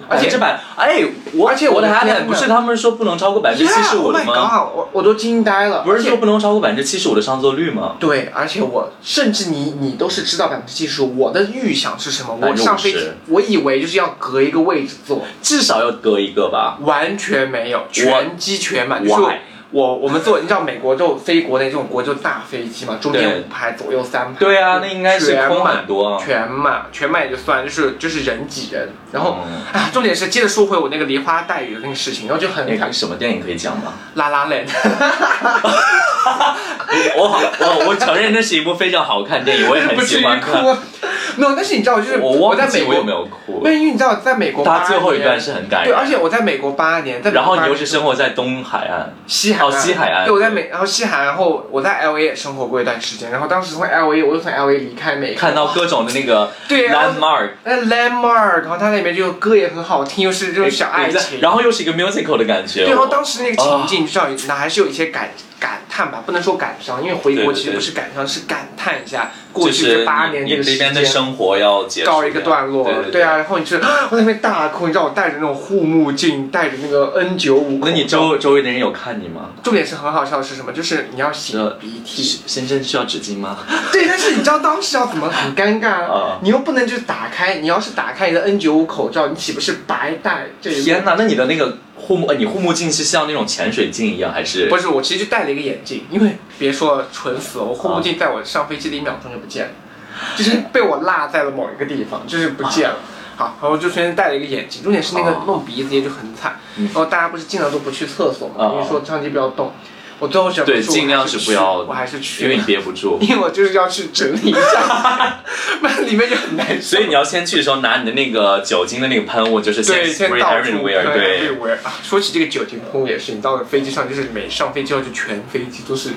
[SPEAKER 2] 而
[SPEAKER 1] 百
[SPEAKER 2] 且
[SPEAKER 1] 分之百。哎，我
[SPEAKER 2] 而且我
[SPEAKER 1] 我的 Oh
[SPEAKER 2] 的天
[SPEAKER 1] iPad 不
[SPEAKER 2] 呐
[SPEAKER 1] 是他们说不能超过
[SPEAKER 2] 呃
[SPEAKER 1] 百分之七十五
[SPEAKER 2] Yeah，Oh
[SPEAKER 1] 的
[SPEAKER 2] ，Oh my
[SPEAKER 1] 吗
[SPEAKER 2] god！我我都惊呆了，
[SPEAKER 1] 不是
[SPEAKER 2] 而且
[SPEAKER 1] 说不能超过百分之七十五的上座率吗？
[SPEAKER 2] 对，而且我甚至你你都是知道百分之七十，我的预想是什么？我
[SPEAKER 1] 50%
[SPEAKER 2] 上飞机，我以为就是要隔一个位置坐，
[SPEAKER 1] 至少要隔一个吧。
[SPEAKER 2] 完全没有，全机全满。就是
[SPEAKER 1] Why？
[SPEAKER 2] 我我们坐，你知道美国就飞国内这种国就大飞机嘛，中
[SPEAKER 1] 对
[SPEAKER 2] 间五排，左右三排。
[SPEAKER 1] 对啊，那应该是
[SPEAKER 2] 全
[SPEAKER 1] 空
[SPEAKER 2] 满
[SPEAKER 1] 很多。
[SPEAKER 2] 全满，全满也就算，就是就是人挤人。然后、
[SPEAKER 1] 嗯
[SPEAKER 2] 啊，重点是接着说回我那个梨花带雨的那个事情，然后就很
[SPEAKER 1] 那个什么电影可以讲吗？
[SPEAKER 2] 拉拉泪。
[SPEAKER 1] 我我我承认那是一部非常好看的电影，我也很
[SPEAKER 2] [LAUGHS] 不至
[SPEAKER 1] 喜
[SPEAKER 2] 于
[SPEAKER 1] 欢看。
[SPEAKER 2] 哭。没有，但是你知道，就是
[SPEAKER 1] 我忘
[SPEAKER 2] 在
[SPEAKER 1] 记
[SPEAKER 2] 美
[SPEAKER 1] 我有没
[SPEAKER 2] 国，
[SPEAKER 1] 有哭
[SPEAKER 2] 没。有，因为你知道，在美国八
[SPEAKER 1] 他
[SPEAKER 2] 年，
[SPEAKER 1] 最后一段是很感
[SPEAKER 2] 对，
[SPEAKER 1] 人，
[SPEAKER 2] 而且我在美国八年，在美国
[SPEAKER 1] 然后
[SPEAKER 2] 八
[SPEAKER 1] 你又
[SPEAKER 2] 年
[SPEAKER 1] 是生活在东海岸，
[SPEAKER 2] 西海
[SPEAKER 1] 哦
[SPEAKER 2] 岸，
[SPEAKER 1] 西海岸
[SPEAKER 2] 对，我在美，然后西海岸，然后我在 L A 也生活过一段时间，然后当时从 L A 我又从 L A 离开美国，
[SPEAKER 1] 看到各种的那个
[SPEAKER 2] [LAUGHS] 对啊然后
[SPEAKER 1] landmark，
[SPEAKER 2] 那 landmark，然后它那边就歌也很好听，又是这种小爱
[SPEAKER 1] 对
[SPEAKER 2] 情，
[SPEAKER 1] 然后又是一个 musical 的感觉。
[SPEAKER 2] 对，然后
[SPEAKER 1] 我
[SPEAKER 2] 当时那个情境，你知道，那还是有一些感感叹吧，不能说感伤，因为回
[SPEAKER 1] 对
[SPEAKER 2] 国
[SPEAKER 1] 对
[SPEAKER 2] 其实
[SPEAKER 1] 对
[SPEAKER 2] 不是感伤，是感叹一下过
[SPEAKER 1] 就
[SPEAKER 2] 去
[SPEAKER 1] 是
[SPEAKER 2] 这八年
[SPEAKER 1] 你
[SPEAKER 2] 这个
[SPEAKER 1] 你
[SPEAKER 2] 时
[SPEAKER 1] 这边
[SPEAKER 2] 间
[SPEAKER 1] 的生活要结束
[SPEAKER 2] 告一个段落
[SPEAKER 1] 对对，
[SPEAKER 2] 对啊，然后你是啊我在那边大哭，你知道我戴着那种护目镜，戴着那个 N 九五，
[SPEAKER 1] 那你周周围的人有看你吗？
[SPEAKER 2] 重点是很好笑的是什么？就是你要擤
[SPEAKER 1] 呃
[SPEAKER 2] 鼻涕，
[SPEAKER 1] 先生需要纸巾吗？
[SPEAKER 2] 对，但是你知道当时要怎么很尴尬
[SPEAKER 1] 啊
[SPEAKER 2] 啊？你又不能就是打开，你要是打开你的 N 九五口罩，你岂不是白戴这一个？
[SPEAKER 1] 天哪，那你的那个护目，呃你护目镜是像那种潜水镜一样，还是
[SPEAKER 2] 不是，我其实就戴了一个眼镜，因为别说了，蠢死了，我护目镜在我上飞机的一秒钟就不见了，就是被我落在了某一个地方，就是不见了。好，然后就随身戴了一个眼镜，重点是那个
[SPEAKER 1] 啊
[SPEAKER 2] 弄鼻子也就很惨。
[SPEAKER 1] 嗯啊
[SPEAKER 2] 然后大家不是尽量都不去厕所嘛，因为说相机不要动。我最后想
[SPEAKER 1] 对
[SPEAKER 2] 不我
[SPEAKER 1] 尽量
[SPEAKER 2] 还
[SPEAKER 1] 是不
[SPEAKER 2] 去
[SPEAKER 1] 要
[SPEAKER 2] 我还是
[SPEAKER 1] 因为
[SPEAKER 2] 去
[SPEAKER 1] 你
[SPEAKER 2] 了，
[SPEAKER 1] 憋不住？
[SPEAKER 2] [LAUGHS] 因为我就是要去整理一下， [LAUGHS] 不然里面就很难受
[SPEAKER 1] 所以。你要先去的时候拿你的那个酒精的那个喷雾，就是
[SPEAKER 2] 对，
[SPEAKER 1] 先
[SPEAKER 2] 先
[SPEAKER 1] spray
[SPEAKER 2] 到处
[SPEAKER 1] everywhere，对，
[SPEAKER 2] everywhere。啊说起这个酒精喷雾也是，你到了飞机上，就是每上飞机后就全飞机都是，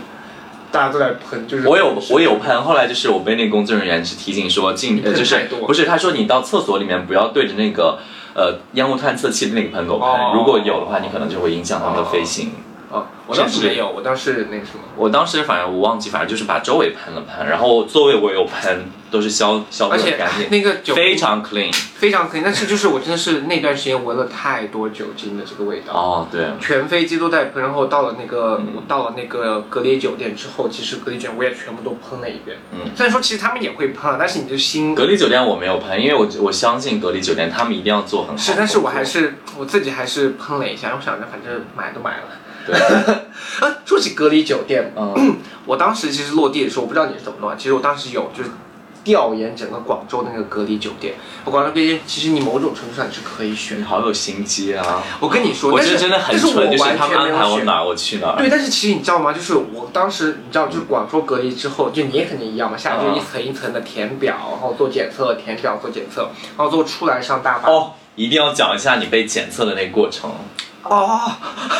[SPEAKER 2] 大家都在喷，就是
[SPEAKER 1] 我有我有喷，后来就是我被那个工作人员是提醒说进，呃，
[SPEAKER 2] 你喷
[SPEAKER 1] 就是
[SPEAKER 2] 太多
[SPEAKER 1] 不是他说你到厕所里面不要对着那个呃烟雾探测器的那个喷口
[SPEAKER 2] 哦
[SPEAKER 1] 喷，如果有的话，你可能就会影响他们的飞行。
[SPEAKER 2] 啊，我当时没有，我当时那个什么，
[SPEAKER 1] 我当时反正我忘记，反正就是把周围喷了喷，然后座位我有喷，都是消消毒
[SPEAKER 2] 而
[SPEAKER 1] 得
[SPEAKER 2] 且
[SPEAKER 1] 很干净，
[SPEAKER 2] 那个酒
[SPEAKER 1] 非常 clean。
[SPEAKER 2] 非常可以，但是就是我真的是那段时间闻了太多酒精的这个味道。
[SPEAKER 1] 哦，嗯对，
[SPEAKER 2] 全飞机都在喷，然后到了那个、我到了那个隔离酒店之后，其实隔离酒店我也全部都喷了一遍。
[SPEAKER 1] 嗯，
[SPEAKER 2] 虽然说其实他们也会喷啊，但是你的心
[SPEAKER 1] 隔离酒店我没有喷，因为我我相信隔离酒店他们一定要做很好的工作。
[SPEAKER 2] 是，但是我还是我自己还是喷了一下，我想着反正买都买了。
[SPEAKER 1] 对，
[SPEAKER 2] [LAUGHS] 啊，说起隔离酒店，
[SPEAKER 1] 嗯，
[SPEAKER 2] 我当时其实落地的时候，我不知道你是怎么弄啊，其实我当时有就是调研整个广州的那个隔离酒店。我广州隔离，其实你某种程度上是可以选
[SPEAKER 1] 你。好有心机啊！
[SPEAKER 2] 我跟你说，
[SPEAKER 1] 我
[SPEAKER 2] 但
[SPEAKER 1] 觉得
[SPEAKER 2] 是
[SPEAKER 1] 真的很
[SPEAKER 2] 但是
[SPEAKER 1] 蠢，就
[SPEAKER 2] 我
[SPEAKER 1] 是
[SPEAKER 2] 完
[SPEAKER 1] 他们
[SPEAKER 2] 全没
[SPEAKER 1] 安排
[SPEAKER 2] 有
[SPEAKER 1] 我
[SPEAKER 2] 选。
[SPEAKER 1] 哪儿我去哪儿。
[SPEAKER 2] 对，但是其实你知道吗？就是我当时，你知道，就是广州隔离之后，就你也肯定一样嘛，下来就
[SPEAKER 1] 嗯
[SPEAKER 2] 一层一层的填表，然后做检测，填表做检测，然后最后出来上大巴。
[SPEAKER 1] 哦，一定要讲一下你被检测的那个过
[SPEAKER 2] [LAUGHS]
[SPEAKER 1] 程，
[SPEAKER 2] 哦，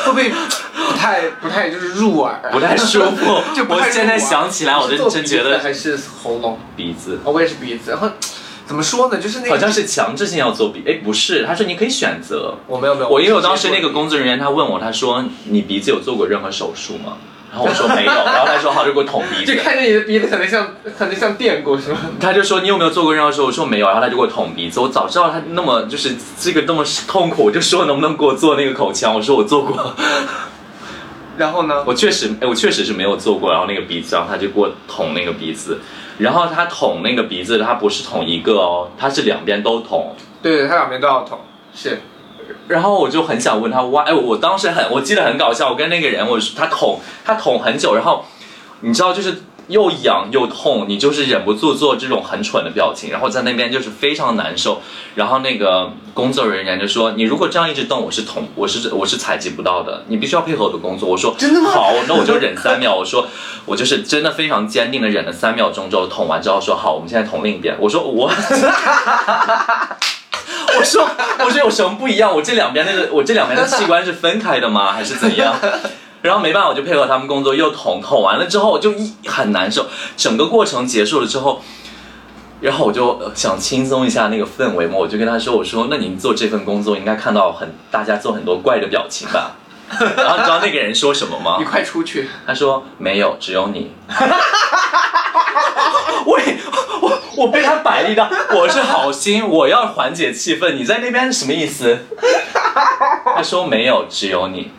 [SPEAKER 2] 会不会不太不太就是入耳啊？
[SPEAKER 1] 不太舒服
[SPEAKER 2] 就。不
[SPEAKER 1] 我
[SPEAKER 2] 太舒服啊
[SPEAKER 1] 现在想起来，我
[SPEAKER 2] 是
[SPEAKER 1] 真
[SPEAKER 2] 做
[SPEAKER 1] 真
[SPEAKER 2] 鼻
[SPEAKER 1] 觉
[SPEAKER 2] 子
[SPEAKER 1] 得
[SPEAKER 2] 还是喉咙，
[SPEAKER 1] 鼻子。
[SPEAKER 2] 哦，我也是鼻子。然后怎么说呢？就是那个
[SPEAKER 1] 好像是强制性要做鼻，哎，不是，他说你可以选择，
[SPEAKER 2] 我没有没有，
[SPEAKER 1] 我因为我
[SPEAKER 2] 直接
[SPEAKER 1] 当时
[SPEAKER 2] 做
[SPEAKER 1] 那个工作人员他问我，他说你鼻子有做过任何手术吗？然后我说没有，然后他说好，就给我捅鼻
[SPEAKER 2] 就 [LAUGHS]
[SPEAKER 1] 子。 [LAUGHS]
[SPEAKER 2] 看着你的鼻子，可能像可能像电过是吗？
[SPEAKER 1] 他就说你有没有做过任何手术？我说没有，然后他就给我捅鼻子。我早知道他那么就是这个那么痛苦，我就说能不能给我做那个口腔？我说我做过，
[SPEAKER 2] 然后呢？
[SPEAKER 1] 我确实哎，我确实是没有做过。然后那个鼻子，然后他就给我捅那个鼻子。然后他捅那个鼻子，他不是捅一个哦，他是两边都捅。
[SPEAKER 2] 对对，他两边都要捅，是
[SPEAKER 1] 然后我就很想问他 why，哎，我当时很，我记得很搞笑，我跟那个人，我他捅他捅很久，然后你知道就是又痒又痛，你就是忍不住做这种很蠢的表情，然后在那边就是非常难受。然后那个工作人员就说：“你如果这样一直动，我是捅，我是我是采集不到的，你必须要配合我的工作。”我说：“ [LAUGHS]
[SPEAKER 2] 真的吗
[SPEAKER 1] 好，那我就忍三秒。我说我就是真的非常坚定的忍了三秒钟之后，捅完之后说：“好，我们现在捅另一边。”我说：“我。”我说，我说有什么不一样？我这两边那个，我这两边的器官是分开的吗？还是怎样？ [LAUGHS] 然后没办法，我就配合他们工作，又捅捅完了之后，我就一很难受。整个过程结束了之后，然后我就呃想轻松一下那个氛围嘛，我就跟他说：“我说，那您做这份工作应该看到很大家做很多怪的表情吧？” [LAUGHS] 然后你知道那个人说什么吗
[SPEAKER 2] 你？快出去。
[SPEAKER 1] 他说：“没有，只有你。” [LAUGHS] 我也我我被他摆了一道，我是好心，我要缓解气氛，你在那边什么意思？他说没有，只有你。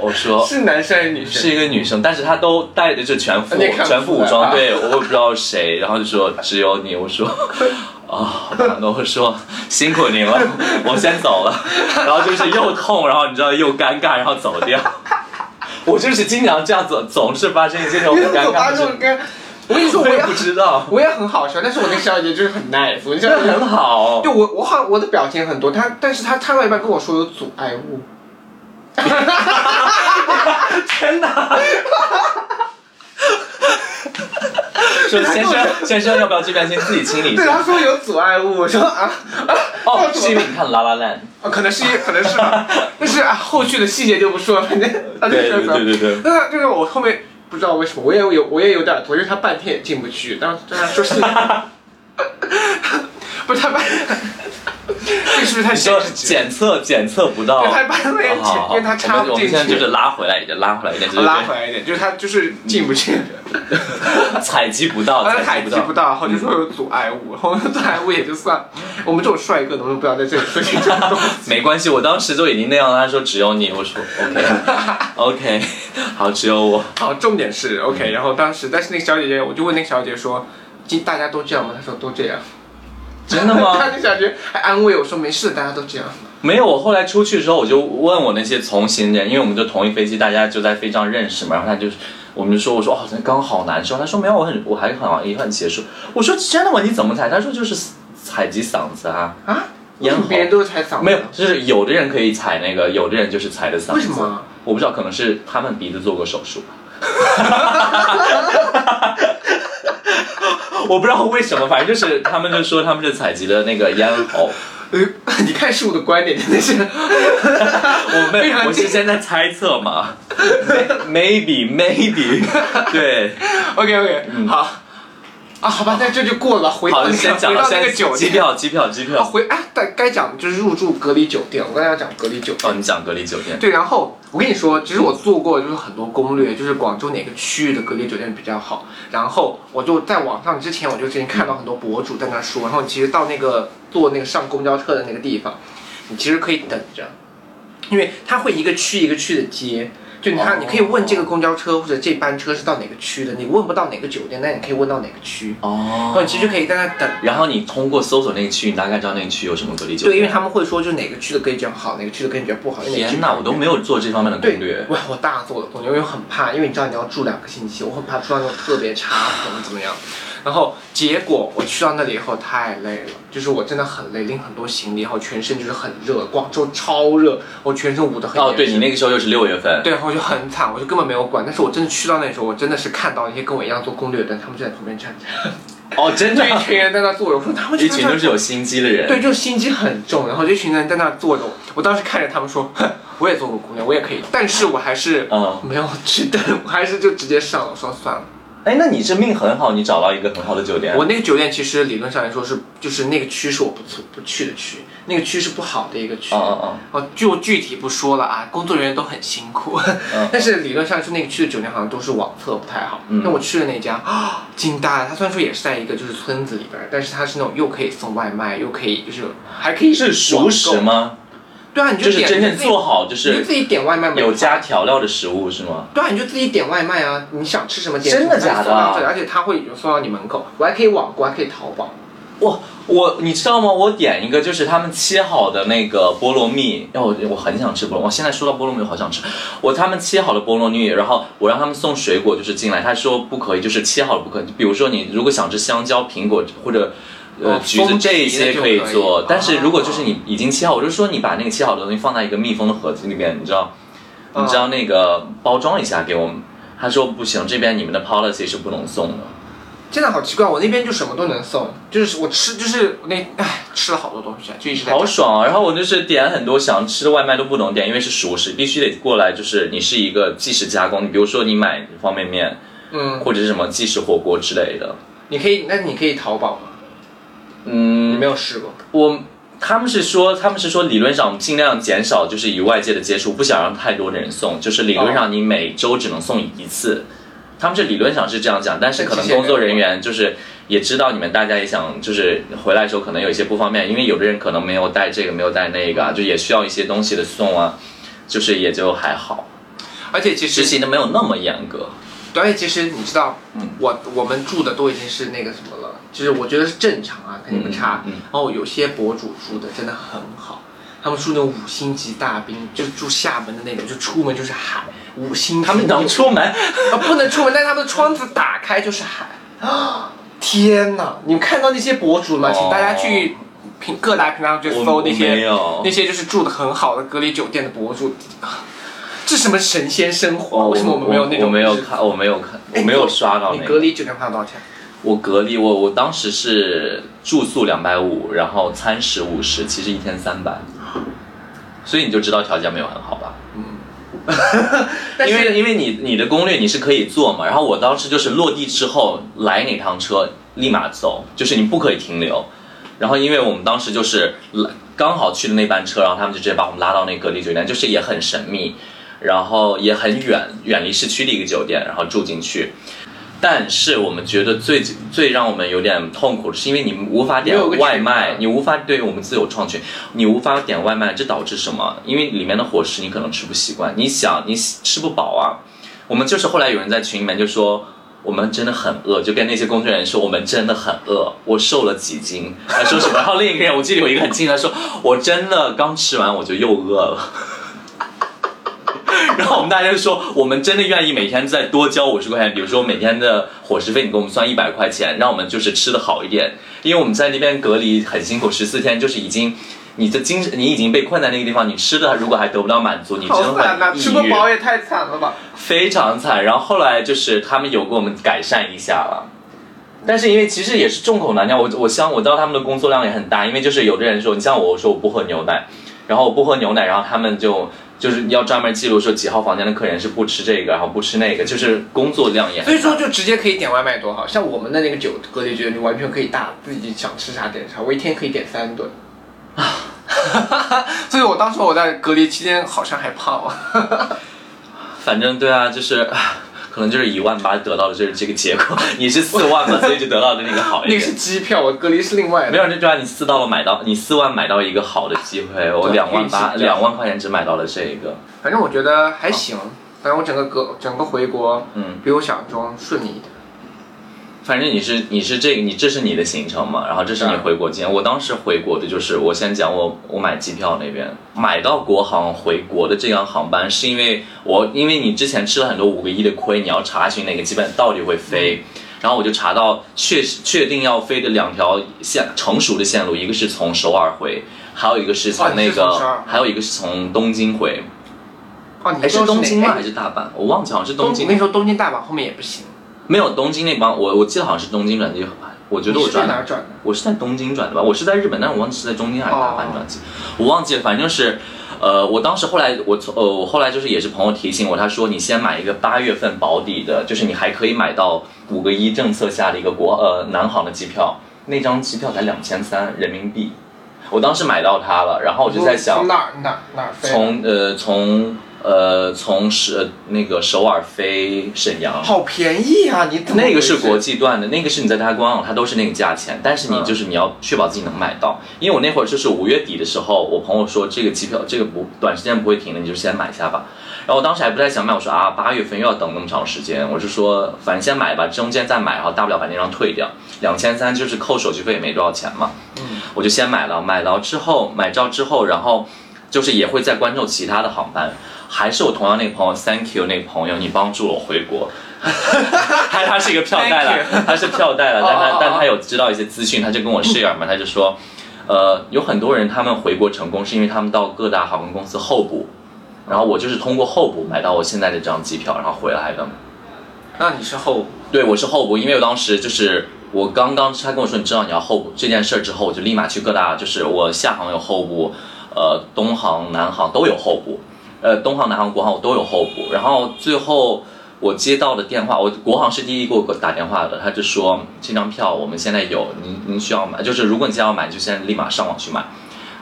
[SPEAKER 1] 我说
[SPEAKER 2] 哦是男生还是女生？ [LAUGHS]
[SPEAKER 1] 是一个女生，但是她都带着就全副
[SPEAKER 2] 那你看不出来
[SPEAKER 1] 全
[SPEAKER 2] 吧
[SPEAKER 1] 副武装，对我也不知道谁，然后就说只有你，我说啊，好吧那我说辛苦您
[SPEAKER 2] [LAUGHS]
[SPEAKER 1] 了，我先走了，然后就是又痛，然后你知道又尴尬，然后走
[SPEAKER 2] [LAUGHS]
[SPEAKER 1] 掉。我就是经常这样走，总是发生一些这种很尴尬
[SPEAKER 2] 八
[SPEAKER 1] 的
[SPEAKER 2] 这
[SPEAKER 1] 事
[SPEAKER 2] 种，跟，我跟你说，
[SPEAKER 1] 我
[SPEAKER 2] 我
[SPEAKER 1] 也
[SPEAKER 2] 也
[SPEAKER 1] 不知道，
[SPEAKER 2] 我也很好笑，但是我那个小姐就是很 nice，我
[SPEAKER 1] 真
[SPEAKER 2] 就
[SPEAKER 1] 的 [LAUGHS] 很好
[SPEAKER 2] 就。我我好像我的表情很多，她但是她看到一半跟我说有阻碍物，
[SPEAKER 1] 天哪！ [LAUGHS]
[SPEAKER 2] [LAUGHS]
[SPEAKER 1] 说先生先生，要不要这边先自己清理一
[SPEAKER 2] 对，
[SPEAKER 1] 下？
[SPEAKER 2] 他说有阻碍物，我说啊啊，
[SPEAKER 1] 哦，
[SPEAKER 2] 那怎么
[SPEAKER 1] 是因为你看《La La Land
[SPEAKER 2] 啊，可能是可能是吧，但是啊，后续的细节就不说了，反正啊，
[SPEAKER 1] 对对对对对，
[SPEAKER 2] [LAUGHS] 那就是我后面不知道为什么，我也有我也有点，我因为他半天也进不去，但是但是 [LAUGHS] 说是，不是他半，这是不是太
[SPEAKER 1] 你说
[SPEAKER 2] 限制级了？
[SPEAKER 1] 检测检测不到，
[SPEAKER 2] 因为他
[SPEAKER 1] 好
[SPEAKER 2] 半天也
[SPEAKER 1] 好
[SPEAKER 2] 进，
[SPEAKER 1] 好，
[SPEAKER 2] 因为他插
[SPEAKER 1] 哦我们
[SPEAKER 2] 不
[SPEAKER 1] 我们
[SPEAKER 2] 进
[SPEAKER 1] 现在就
[SPEAKER 2] 去
[SPEAKER 1] 是。拉回来一点，拉回来一点，就
[SPEAKER 2] 我
[SPEAKER 1] 是
[SPEAKER 2] 拉回来一点，就是他就是进不去，
[SPEAKER 1] 嗯采集不到，
[SPEAKER 2] 然后
[SPEAKER 1] 采
[SPEAKER 2] 采
[SPEAKER 1] 集不
[SPEAKER 2] 集
[SPEAKER 1] 到
[SPEAKER 2] 不。到，然后就说有阻碍物，然后 [LAUGHS] 阻碍物也就算了。我们这种帅哥能不能不要在这里说起这种东西？
[SPEAKER 1] 没关系，我当时就已经那样了。他说只有你，我说
[SPEAKER 2] [LAUGHS]
[SPEAKER 1] OK，OK，、好，只有我。
[SPEAKER 2] 好，哦重点是
[SPEAKER 1] 嗯
[SPEAKER 2] OK，然后当时，但是那个小姐姐，我就问那个小姐姐说，今大家都这样吗？她说都这样。
[SPEAKER 1] 真的吗？
[SPEAKER 2] [LAUGHS] 她那小姐姐还安慰我说没事，大家都这样。
[SPEAKER 1] 没有，我后来出去的时候，我就问我那些同行人，因为我们就同一飞机，大家就在飞机上认识嘛。然后他就是，我们就说，我说哦，那刚好难受。他说没有，我很，我还很也很结束。我说真的吗？你怎么采？他说就是采集嗓子啊，
[SPEAKER 2] 啊？为
[SPEAKER 1] 咽
[SPEAKER 2] 什
[SPEAKER 1] 喉
[SPEAKER 2] 么别人都是采嗓子？
[SPEAKER 1] 没有，就是有的人可以采那个，有的人就是采的嗓子。
[SPEAKER 2] 为什么？
[SPEAKER 1] 我不知道，可能是他们鼻子做过手术 [LAUGHS] 吧。我不知道为什么，反正就是他们就说他们是采集的那个咽喉，
[SPEAKER 2] 呃， [LAUGHS] 你看事物的观点真的是，
[SPEAKER 1] [LAUGHS] 我
[SPEAKER 2] [LAUGHS] 非
[SPEAKER 1] 没
[SPEAKER 2] 常
[SPEAKER 1] 我是现在猜测
[SPEAKER 2] [LAUGHS]
[SPEAKER 1] 嘛，maybe maybe，对，
[SPEAKER 2] OK OK，、好啊，好吧，那这就过了，回到
[SPEAKER 1] 嗯好，
[SPEAKER 2] 那
[SPEAKER 1] 就
[SPEAKER 2] 个
[SPEAKER 1] 先讲
[SPEAKER 2] 回
[SPEAKER 1] 了，
[SPEAKER 2] 到那
[SPEAKER 1] 先
[SPEAKER 2] 个酒
[SPEAKER 1] 机
[SPEAKER 2] 店。
[SPEAKER 1] 票机票机
[SPEAKER 2] 啊，
[SPEAKER 1] 票，
[SPEAKER 2] 回哎，但该讲就是入住隔离酒店，我刚才要讲隔离酒店。
[SPEAKER 1] 哦，你讲隔离酒店，
[SPEAKER 2] 对，然后我跟你说，其实我做过就是很多攻略，就是广州哪个区域的隔离酒店比较好。然后我就在网上之前，我就之前看到很多博主在那说，然后其实到那个坐那个上公交车的那个地方，你其实可以等着，因为它会一个区一个区的接。就你看，你可以问这个公交车或者这班车是到哪个区的，你问不到哪个酒店，那你可以问到哪个区，然后
[SPEAKER 1] 哦
[SPEAKER 2] 你，其实就可以在那等。
[SPEAKER 1] 然后你通过搜索那个区，你大概知道那个区有什么隔离酒
[SPEAKER 2] 对，因为
[SPEAKER 1] 店。
[SPEAKER 2] 他们会说，就是哪个区的隔离比较好，哪个区的隔离比较不好。因为哪个区
[SPEAKER 1] 天哪，我都没有做这方面的
[SPEAKER 2] 对
[SPEAKER 1] 攻略，
[SPEAKER 2] 我我大做了攻略，因为我很怕，因为你知道你要住两个星期，我很怕住到那种特别差怎么怎么样。然后结果我去到那里以后太累了，就是我真的很累，拎很多行李，然后全身就是很热，广州超热，我全身捂得很严
[SPEAKER 1] 哦，
[SPEAKER 2] 实。
[SPEAKER 1] 对你那个时候又是六月份，
[SPEAKER 2] 对，然后我就很惨，我就根本没有管。但是我真的去到那时候，我真的是看到那些跟我一样做攻略的人，他们就在旁边站着， [LAUGHS]
[SPEAKER 1] 哦，真
[SPEAKER 2] 就
[SPEAKER 1] 的，
[SPEAKER 2] 一群人在那坐着。 [LAUGHS] 我说他们
[SPEAKER 1] 一
[SPEAKER 2] 就在
[SPEAKER 1] 群
[SPEAKER 2] 那
[SPEAKER 1] 都是有心机的人。
[SPEAKER 2] 对，就是心机很重，然后这群人在那坐着，我当时看着他们说，哼，我也做过姑娘，我也可以，但是我还是
[SPEAKER 1] 嗯
[SPEAKER 2] 没有去 [LAUGHS] 等，我还是就直接上了，我说算了。
[SPEAKER 1] 哎，那你这命很好，你找到一个很好的酒店。
[SPEAKER 2] 我那个酒店其实理论上来说是，就是那个区是我不去不去的区，那个区是不好的一个区。
[SPEAKER 1] 嗯嗯嗯
[SPEAKER 2] 哦，就具体不说了啊，工作人员都很辛苦，
[SPEAKER 1] 嗯
[SPEAKER 2] [LAUGHS] 但是理论上是那个区的酒店好像都是网测不太好。那我去的那家啊，惊呆了。它虽然说也是在一个就是村子里边儿，但是它是那种又可以送外卖，又可以就是还可以
[SPEAKER 1] 是熟食
[SPEAKER 2] 网购？
[SPEAKER 1] 吗？
[SPEAKER 2] 对啊，你
[SPEAKER 1] 就是
[SPEAKER 2] 点
[SPEAKER 1] 真
[SPEAKER 2] 你
[SPEAKER 1] 正
[SPEAKER 2] 自己
[SPEAKER 1] 做好，就
[SPEAKER 2] 你就是自己点外卖嘛
[SPEAKER 1] 有加调料的食物是吗？
[SPEAKER 2] 对啊，你就自己点外卖啊，你想吃什么点
[SPEAKER 1] 真的
[SPEAKER 2] 什么
[SPEAKER 1] 假的
[SPEAKER 2] 送到这里而且他会送到你门口，我还可以网购，还可以淘宝。
[SPEAKER 1] 哇，我你知道吗？我点一个就是他们切好的那个菠萝蜜，要我我很想吃菠萝。我现在说到菠萝蜜，我好想吃。我他们切好的菠萝蜜，然后我让他们送水果，就是进来，他说不可以，就是切好了不可以。比如说你如果想吃香蕉、苹果或者。呃，
[SPEAKER 2] 哦
[SPEAKER 1] 橘子
[SPEAKER 2] 封
[SPEAKER 1] 这一
[SPEAKER 2] 皮的
[SPEAKER 1] 些
[SPEAKER 2] 就
[SPEAKER 1] 可以
[SPEAKER 2] 可以
[SPEAKER 1] 做，但是如果
[SPEAKER 2] 哦
[SPEAKER 1] 就是你已经切好，我就说你把那个切好的东西放在一个密封的盒子里面，你知道，
[SPEAKER 2] 哦
[SPEAKER 1] 你知道那个包装一下给我们。他说不行，这边你们的 policy 是不能送的。
[SPEAKER 2] 真的好奇怪，我那边就什么都能送，就是我吃，就是那唉，吃了好多东西，啊，就一直在
[SPEAKER 1] 好爽啊！然后我就是点很多想吃的外卖都不能点，因为是熟食，必须得过来。就是你是一个即时加工，你比如说你买方便面
[SPEAKER 2] 嗯，
[SPEAKER 1] 或者是什么即食火锅之类的。
[SPEAKER 2] 你可以，那你可以淘宝吗？你
[SPEAKER 1] 嗯，
[SPEAKER 2] 没有试过？
[SPEAKER 1] 我他们是说他们是说理论上尽量减少就是与外界的接触，不想让太多的人送。就是理论上你每周只能送一次，他们是理论上是这样讲，但是可能工作人员就是。也知道你们大家也想，就是回来的时候可能有一些不方便，因为有的人可能没有带这个，没有带那个啊，就也需要一些东西的送啊，就是也就还好，
[SPEAKER 2] 而且其
[SPEAKER 1] 执
[SPEAKER 2] 实，
[SPEAKER 1] 行的没有那么严格。
[SPEAKER 2] 对，而且其实你知道，
[SPEAKER 1] 嗯
[SPEAKER 2] 我我们住的都已经是那个什么了，就是我觉得是正常啊，肯定不差。
[SPEAKER 1] 嗯嗯嗯
[SPEAKER 2] 然后有些博主住的真的很好，他们住那种五星级大宾，就是住厦门的那种，就出门就是海，五星级
[SPEAKER 1] 他们能出门，
[SPEAKER 2] 啊，不能出门，但是他们的窗子打开就是海啊！ [GASPS] 天哪，你们看到那些博主吗？
[SPEAKER 1] 哦
[SPEAKER 2] 请大家去平各大平台上去
[SPEAKER 1] 我
[SPEAKER 2] 搜那
[SPEAKER 1] 我没
[SPEAKER 2] 些
[SPEAKER 1] 有
[SPEAKER 2] 那些就是住的很好的隔离酒店的博主，啊这什么
[SPEAKER 1] 哦
[SPEAKER 2] 神仙生活？为什么我们没有那种？
[SPEAKER 1] 我没有看，我没有看，我没有刷到
[SPEAKER 2] 你
[SPEAKER 1] 那
[SPEAKER 2] 隔
[SPEAKER 1] 个。
[SPEAKER 2] 离酒店花了多少钱？
[SPEAKER 1] 我隔离，我我当时是住宿两百五，然后餐食五十，其实一天三百，所以你就知道条件没有很好吧？
[SPEAKER 2] 但
[SPEAKER 1] 因
[SPEAKER 2] 是
[SPEAKER 1] 为因为你你的攻略你是可以做嘛，然后我当时就是落地之后来哪趟车立马走，就是你不可以停留。然后因为我们当时就是来刚好去的那班车，然后他们就直接把我们拉到那个隔离酒店，就是也很神秘，然后也很远，远离市区的一个酒店，然后住进去。但是我们觉得最最让我们有点痛苦，是因为你们无法点
[SPEAKER 2] 没有个群
[SPEAKER 1] 外卖
[SPEAKER 2] 嘛，
[SPEAKER 1] 你无法对我们自有创群，你无法点外卖，这导致什么？因为里面的伙食你可能吃不习惯，你想你吃不饱啊。我们就是后来有人在群里面就说。我们真的很饿，就跟那些工作人员说我们真的很饿，我瘦了几斤，还说什么？然后另一个人，我记得有一个很近的说，我真的刚吃完我就又饿了。 [LAUGHS] 然后我们大家就说，我们真的愿意每天再多交五十块钱，比如说每天的伙食费，你给我们算一百块钱，让我们就是吃的好一点，因为我们在那边隔离很辛苦，十四天就是已经。你的精神，你已经被困在那个地方，你吃的如果还得不到满足，你真的
[SPEAKER 2] 好
[SPEAKER 1] 会
[SPEAKER 2] 惨呐、
[SPEAKER 1] 抑郁。
[SPEAKER 2] 吃不饱也太惨了吧！
[SPEAKER 1] 非常惨。然后后来就是他们有给我们改善一下了，但是因为其实也是众口难调，我我像我知道他们的工作量也很大，因为就是有的人说，你像我，我说我不喝牛奶，然后我不喝牛奶，然后他们就。就是要专门记录说几号房间的客人是不吃这个，然后不吃那个，就是工作量也很大。
[SPEAKER 2] 所以说就直接可以点外卖多好，像我们的那个酒隔离酒店，你完全可以大自己想吃啥点啥，我一天可以点三顿。
[SPEAKER 1] 啊
[SPEAKER 2] [LAUGHS] 所以我当时我在隔离期间好像还
[SPEAKER 1] [LAUGHS]
[SPEAKER 2] 胖了，
[SPEAKER 1] 反正对啊，就是唉可能就是一万八得到的就是这个结果， [LAUGHS] 你是四万
[SPEAKER 2] [LAUGHS]
[SPEAKER 1] 嘛，所以就得到的那个好一
[SPEAKER 2] 那
[SPEAKER 1] 点。
[SPEAKER 2] 个是机票，我隔离是另外
[SPEAKER 1] 没
[SPEAKER 2] 的。
[SPEAKER 1] 有，这对啊，你四到了买到，你四万买到一个好的机会，我
[SPEAKER 2] 对
[SPEAKER 1] 两万八，
[SPEAKER 2] 运气比较好
[SPEAKER 1] 两万块钱只买到了这一个。
[SPEAKER 2] 反正我觉得还行，反正我整个隔整个回国，
[SPEAKER 1] 嗯，
[SPEAKER 2] 比我想象中顺利一点。
[SPEAKER 1] 反正你是你是这个你这是你的行程嘛，然后这是你
[SPEAKER 2] 对
[SPEAKER 1] 回国经验。我当时回国的就是我先讲我我买机票那边买到国航回国的这样航班，是因为我因为你之前吃了很多五个亿的亏，你要查询哪个机本到底会飞。然后我就查到确实确定要飞的两条线成熟的线路，一个是从首尔回，还有一个是
[SPEAKER 2] 哦
[SPEAKER 1] 从
[SPEAKER 2] 你
[SPEAKER 1] 那
[SPEAKER 2] 是
[SPEAKER 1] 个，
[SPEAKER 2] 从首尔
[SPEAKER 1] 还有一个是从东京回。
[SPEAKER 2] 哦，你
[SPEAKER 1] 哎，是东京吗？还
[SPEAKER 2] 哎
[SPEAKER 1] 是大阪？我忘记，好像是东京
[SPEAKER 2] 我跟。你说，东京大阪后面也不行。
[SPEAKER 1] 没有东京那帮，我我记得好像是东京转机，我觉得
[SPEAKER 2] 你
[SPEAKER 1] 我
[SPEAKER 2] 是在
[SPEAKER 1] 转
[SPEAKER 2] 哪儿转的？
[SPEAKER 1] 我是在东京转的吧？我是在日本，但我忘记是在东京还是大阪转机，我忘记了。反正是，呃，我当时后来我从呃我后来就是也是朋友提醒我，他说你先买一个八月份保底的，就是你还可以买到五个一政策下的一个国呃南航的机票，那张机票才两千三人民币，我当时买到它了，然后我就在想
[SPEAKER 2] 从，哪儿哪儿哪儿飞？
[SPEAKER 1] 从呃从呃从是那个首尔飞沈阳，
[SPEAKER 2] 好便宜啊！你怎么
[SPEAKER 1] 那个是
[SPEAKER 2] 回事
[SPEAKER 1] 国际段的，那个是你在它官网，它都是那个价钱，但是你
[SPEAKER 2] 嗯
[SPEAKER 1] 就是你要确保自己能买到。因为我那会儿就是五月底的时候，我朋友说这个机票这个不短时间不会停的，你就先买下吧。然后我当时还不太想买，我说啊八月份又要等那么长时间，我就说反正先买吧，中间再买，然后大不了把那张退掉，两千三就是扣手续费也没多少钱嘛。我就先买了，买了之后买到之后，然后就是也会再关注其他的航班。还是我同样那个朋友，Thank you 那个朋友，你帮助我回国。他他是一个票代了，他是票代了，但
[SPEAKER 2] 哦哦哦
[SPEAKER 1] 他但他有知道一些资讯，他就跟我室友嘛，他就说，呃，有很多人他们回国成功是因为他们到各大航空公司候补，然后我就是通过候补买到我现在的这张机票，然后回来的。
[SPEAKER 2] 那你是后
[SPEAKER 1] 对，我是候补，因为我当时就是我刚刚他跟我说你知道你要候补这件事儿之后，我就立马去各大，就是我厦航有候补，呃，东航、南航都有候补，呃，东航、南航、国航我都有候补。然后最后我接到的电话，我国航是第一个给我打电话的，他就说这张票我们现在有，您您需要买，就是如果你现在要买，就现在立马上网去买。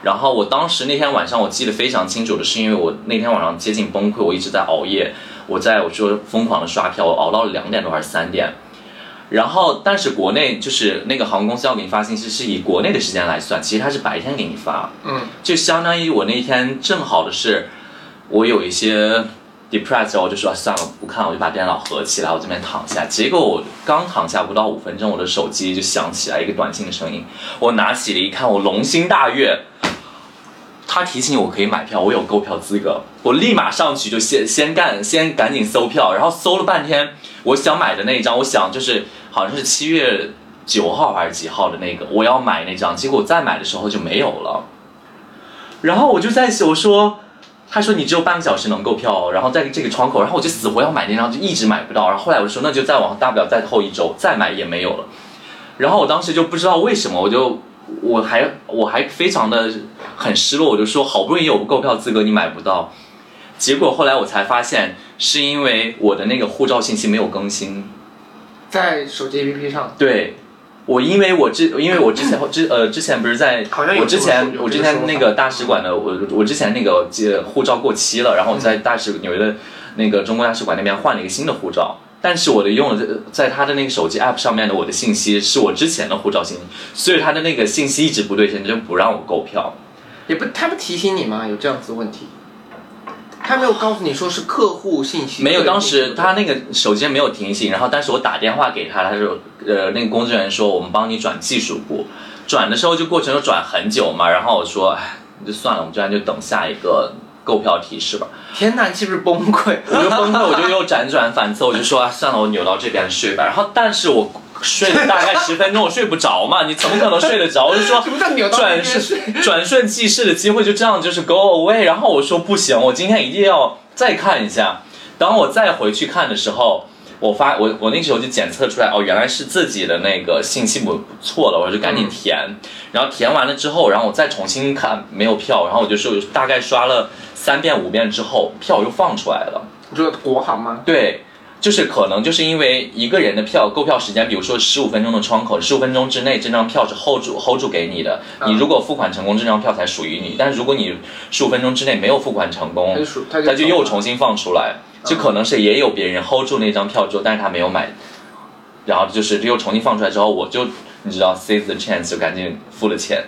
[SPEAKER 1] 然后我当时那天晚上我记得非常清楚的是，因为我那天晚上接近崩溃，我一直在熬夜，我在我说疯狂的刷票，我熬到了两点多还是三点。然后，但是国内就是那个航空公司要给你发信息，是以国内的时间来算，其实它是白天给你发，
[SPEAKER 2] 嗯，
[SPEAKER 1] 就相当于我那天正好的是，我有一些 depressed，我就说啊算了不看了，我就把电脑合起来，我这边躺下。结果我刚躺下不到五分钟，我的手机就响起来一个短信的声音，我拿起了一看，我龙心大悦。他提醒我可以买票，我有购票资格，我立马上去就先先干， [LAUGHS] 先赶紧搜票，然后搜了半天，我想买的那一张，我想就是好像是七月九号还是几号的那个，我要买那张，结果我再买的时候就没有了。然后我就在想，我说，他说你只有半个小时能购票哦，然后在这个窗口，然后我就死活要买那张，就一直买不到。然后后来我就说，那就再往大不了再后一周再买也没有了。然后我当时就不知道为什么，我就我还我还非常的很失落，我就说好不容易有购票资格你买不到，结果后来我才发现是因为我的那个护照信息没有更新，
[SPEAKER 2] 在手机 APP 上，
[SPEAKER 1] 对，我因为我之因为我之前之呃之前不是在
[SPEAKER 2] 好像有
[SPEAKER 1] 我之前
[SPEAKER 2] 这么说有
[SPEAKER 1] 我之
[SPEAKER 2] 这个
[SPEAKER 1] 前
[SPEAKER 2] 说法
[SPEAKER 1] 那个大使馆的我我之前那个呃护照过期了，然后我
[SPEAKER 2] 嗯
[SPEAKER 1] 在大使纽约的那个中国大使馆那边换了一个新的护照。但是我的用的在他的那个手机 app 上面的我的信息是我之前的护照信息，所以他的那个信息一直不对称，就不让我购票。
[SPEAKER 2] 也不，他不提醒你吗？有这样子的问题，他没有告诉你说是客户信息，
[SPEAKER 1] 没有，
[SPEAKER 2] 个人
[SPEAKER 1] 当
[SPEAKER 2] 信息
[SPEAKER 1] 时他那个手机没有提醒，然后但是我打电话给他，他说，呃，那个工作人员说我们帮你转技术部，转的时候就过程就转很久嘛，然后我说，哎，就算了，我们这样就等下一个购票提示吧。
[SPEAKER 2] 天哪，你是不是崩溃？ [LAUGHS]
[SPEAKER 1] 我就崩溃，我就又辗转反侧，我就说、啊、算了，我扭到这边睡吧。然后，但是我睡了大概十分钟，我睡不着嘛，你怎么可能睡得着？我就说
[SPEAKER 2] 什么叫扭到
[SPEAKER 1] 转
[SPEAKER 2] 那边睡
[SPEAKER 1] 瞬转瞬即逝的机会就这样就是 go away。然后我说不行，我今天一定要再看一下。当我再回去看的时候。我发我我那时候就检测出来哦，原来是自己的那个信息不错了，我就赶紧填，然后填完了之后，然后我再重新看没有票，然后我就说大概刷了三遍五遍之后，票又放出来了。
[SPEAKER 2] 你说国航吗？
[SPEAKER 1] 对，就是可能就是因为一个人的票购票时间，比如说十五分钟的窗口，十五分钟之内这张票是 hold 住 hold 住给你的，
[SPEAKER 2] 嗯
[SPEAKER 1] 你如果付款成功，这张票才属于你。但是如果你十五分钟之内没有付款成功
[SPEAKER 2] 他就，属他就嗯
[SPEAKER 1] 它就又重新放出来，就可能是也有别人 hold 住那张票之后，但是他没有买，然后就是又重新放出来之后，我就你知道 seize the chance 就赶紧付了钱。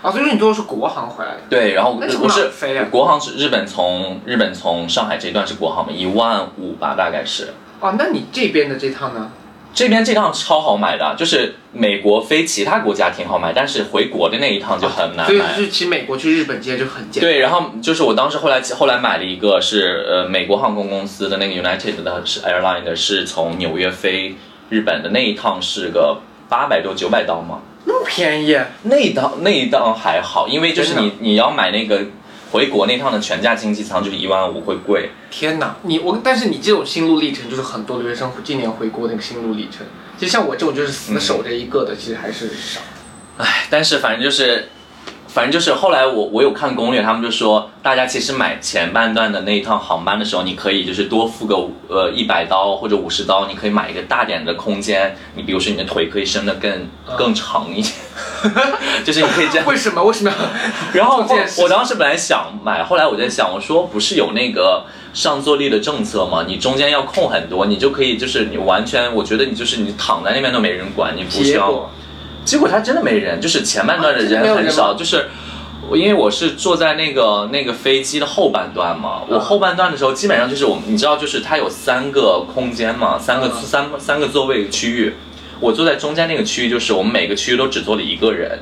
[SPEAKER 2] 啊，所以说你坐的是国航回来的，
[SPEAKER 1] 对，然后我
[SPEAKER 2] 那从
[SPEAKER 1] 我
[SPEAKER 2] 哪
[SPEAKER 1] 是
[SPEAKER 2] 飞啊
[SPEAKER 1] 国航是日本从日本从上海这一段是国航嘛，一万五吧大概是。
[SPEAKER 2] 哦，那你这边的这趟呢？
[SPEAKER 1] 这边这趟超好买的，就是美国飞其他国家挺好买，但是回国的那一趟就很难
[SPEAKER 2] 所以
[SPEAKER 1] 买。
[SPEAKER 2] 就是其实美国去日本接就很简单。
[SPEAKER 1] 对，然后就是我当时后来后来买了一个是呃美国航空公司的那个 United 的是 airline 的是从纽约飞日本的那一趟是个八百多九百刀嘛，
[SPEAKER 2] 那么便宜，啊
[SPEAKER 1] 那一趟那一趟还好，因为就是你你要买那个回国那趟的全价经济舱就是一万五会贵，
[SPEAKER 2] 天哪！你我，但是你这种心路历程，就是很多留学生今年回国那个心路历程。其实像我这种就是
[SPEAKER 1] 嗯
[SPEAKER 2] 死守着一个的，其实还是少。
[SPEAKER 1] 唉，但是反正就是，反正就是后来我我有看攻略，他们就说大家其实买前半段的那一趟航班的时候，你可以就是多付个五呃一百刀或者五十刀，你可以买一个大点的空间，你比如说你的腿可以伸得更更长一点， [LAUGHS] 就是你可以这样。
[SPEAKER 2] [LAUGHS] 为什么？为什么要？
[SPEAKER 1] 然后
[SPEAKER 2] 做这件事
[SPEAKER 1] 我
[SPEAKER 2] 情
[SPEAKER 1] 我当时本来想买，后来我在想，我说不是有那个上座率的政策吗？你中间要空很多，你就可以就是你完全，我觉得你就是你躺在那边都没人管，你不需
[SPEAKER 2] 结
[SPEAKER 1] 要。
[SPEAKER 2] 果
[SPEAKER 1] 结果他真的没人，就是前半哦段的
[SPEAKER 2] 啊真的没
[SPEAKER 1] 人
[SPEAKER 2] 有
[SPEAKER 1] 很
[SPEAKER 2] 人
[SPEAKER 1] 少，
[SPEAKER 2] 吗
[SPEAKER 1] 就是我因为我是坐在那个那个飞机的后半段嘛，我
[SPEAKER 2] 嗯
[SPEAKER 1] 后半段的时候基本上就是我们，你知道就是它有三个空间嘛，三个、
[SPEAKER 2] 嗯
[SPEAKER 1] 三三个座位区域。我坐在中间那个区域，就是我们每个区域都只坐了一个人，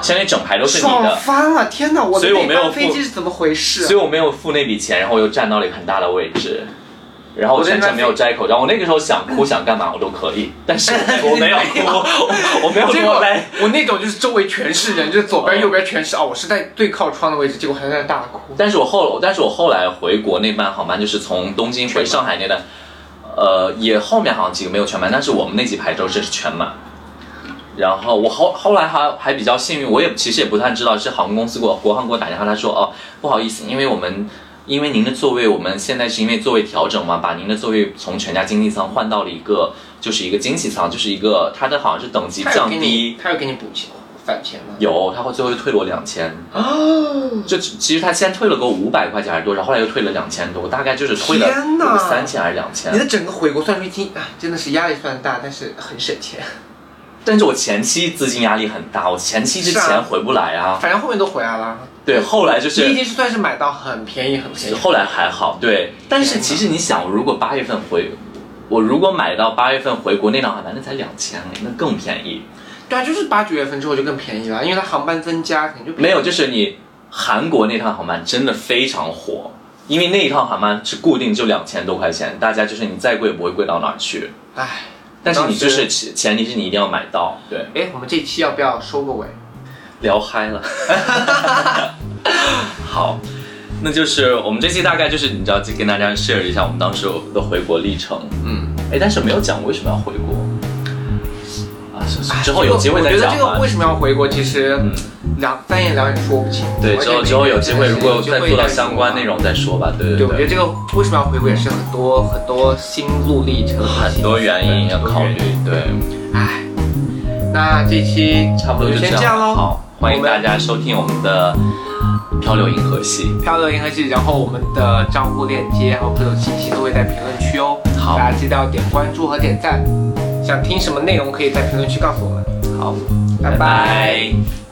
[SPEAKER 1] 相当于整排都是你
[SPEAKER 2] 爽
[SPEAKER 1] 的，
[SPEAKER 2] 翻了！天哪，我
[SPEAKER 1] 所
[SPEAKER 2] 的
[SPEAKER 1] 以我
[SPEAKER 2] 那
[SPEAKER 1] 没有
[SPEAKER 2] 班飞
[SPEAKER 1] 付
[SPEAKER 2] 机是怎么回事
[SPEAKER 1] 所以？我没有付那笔钱，然后我又占到了一个很大的位置，然后我
[SPEAKER 2] 我在
[SPEAKER 1] 全
[SPEAKER 2] 那
[SPEAKER 1] 程没有摘口罩，我那个时候想哭想干嘛我都可以，但是我没 [LAUGHS] 有哭，我我没有
[SPEAKER 2] 结
[SPEAKER 1] 多
[SPEAKER 2] 果
[SPEAKER 1] 摘。
[SPEAKER 2] 我那种就是周围全是人，就是左边右边全是啊、我是在最靠窗的位置，结果还在那大哭。
[SPEAKER 1] 但是我后，但是我后来回国那班航班就是从东京回上海那段，呃，也后面好像几个没有全满，但是我们那几排都是全满。然后我后后来还还比较幸运，我也其实也不太知道是航空公司给我国航给我打电话，他说哦不好意思，因为我们因为您的座位，我们现在是因为座位调整嘛，把您的座位从全家经济舱换到了一个就是一个经济舱，就是一个它的好像是等级
[SPEAKER 2] 他有
[SPEAKER 1] 降
[SPEAKER 2] 给
[SPEAKER 1] 低
[SPEAKER 2] 你，，他有给你补钱返钱吗？
[SPEAKER 1] 有他会最后退了我两千。
[SPEAKER 2] 哦，
[SPEAKER 1] 就其实他先退了个五百块钱还是多少，后来又退了两千多，大概就是退了
[SPEAKER 2] 天哪
[SPEAKER 1] 三千还是两
[SPEAKER 2] 你
[SPEAKER 1] 千。
[SPEAKER 2] 的整个回国算是经，哎，真的是压力算大，但是很省钱。
[SPEAKER 1] 但是我前期资金压力很大，我前期之
[SPEAKER 2] 是
[SPEAKER 1] 前
[SPEAKER 2] 啊
[SPEAKER 1] 回不来啊。
[SPEAKER 2] 反正后面都回来了，
[SPEAKER 1] 对，后来就
[SPEAKER 2] 你已
[SPEAKER 1] 是
[SPEAKER 2] 经是算是买到很便宜很便宜。
[SPEAKER 1] 后来还好，对。但是其实你想，我如果八月份回，我如果买到八月份回国那趟航班，那才两千，哎那更便宜。
[SPEAKER 2] 对啊，就是八九月份之后就更便宜了，因为它航班增加，肯定就便宜
[SPEAKER 1] 没有，就是你韩国那趟航班真的非常火，因为那一趟航班是固定就两千多块钱，大家就是你再贵也不会贵到哪儿去。
[SPEAKER 2] 唉，
[SPEAKER 1] 但是你就
[SPEAKER 2] 当
[SPEAKER 1] 是前前提是你一定要买到，对。
[SPEAKER 2] 哎，我们这期要不要收个尾？
[SPEAKER 1] 聊嗨了。 [LAUGHS] 好，那就是我们这期大概就是你知道，就跟大家 share 一下我们当时的回国历程。
[SPEAKER 2] 嗯，
[SPEAKER 1] 哎，但是没有讲为什么要回国啊？之后有机会再
[SPEAKER 2] 我觉
[SPEAKER 1] 讲
[SPEAKER 2] 得
[SPEAKER 1] 吧。嗯
[SPEAKER 2] 这个为什么要回国，其实两三言两语说不清。
[SPEAKER 1] 对，
[SPEAKER 2] 而且
[SPEAKER 1] 之后之后
[SPEAKER 2] 每个人
[SPEAKER 1] 有机会，
[SPEAKER 2] 真的
[SPEAKER 1] 如
[SPEAKER 2] 是
[SPEAKER 1] 果
[SPEAKER 2] 就
[SPEAKER 1] 再
[SPEAKER 2] 会
[SPEAKER 1] 做到
[SPEAKER 2] 再
[SPEAKER 1] 相关
[SPEAKER 2] 说
[SPEAKER 1] 内容再说吧。对
[SPEAKER 2] 对，我觉
[SPEAKER 1] 对
[SPEAKER 2] 得，这个为什么要回国也是很多很多心路历程，
[SPEAKER 1] 很多原因要考虑。对，
[SPEAKER 2] 唉，哎那这期
[SPEAKER 1] 差不多就
[SPEAKER 2] 就
[SPEAKER 1] 这
[SPEAKER 2] 先
[SPEAKER 1] 样。
[SPEAKER 2] 这样喽。
[SPEAKER 1] 好，欢迎大家收听我们的《漂流银河系》。
[SPEAKER 2] 漂流银河系，然后我们的账户链接还有各种信息都会在评论区哦，
[SPEAKER 1] 好
[SPEAKER 2] 大家记得要点关注和点赞。想听什么内容可以在评论区告诉我们。
[SPEAKER 1] 好，
[SPEAKER 2] 拜拜
[SPEAKER 1] 拜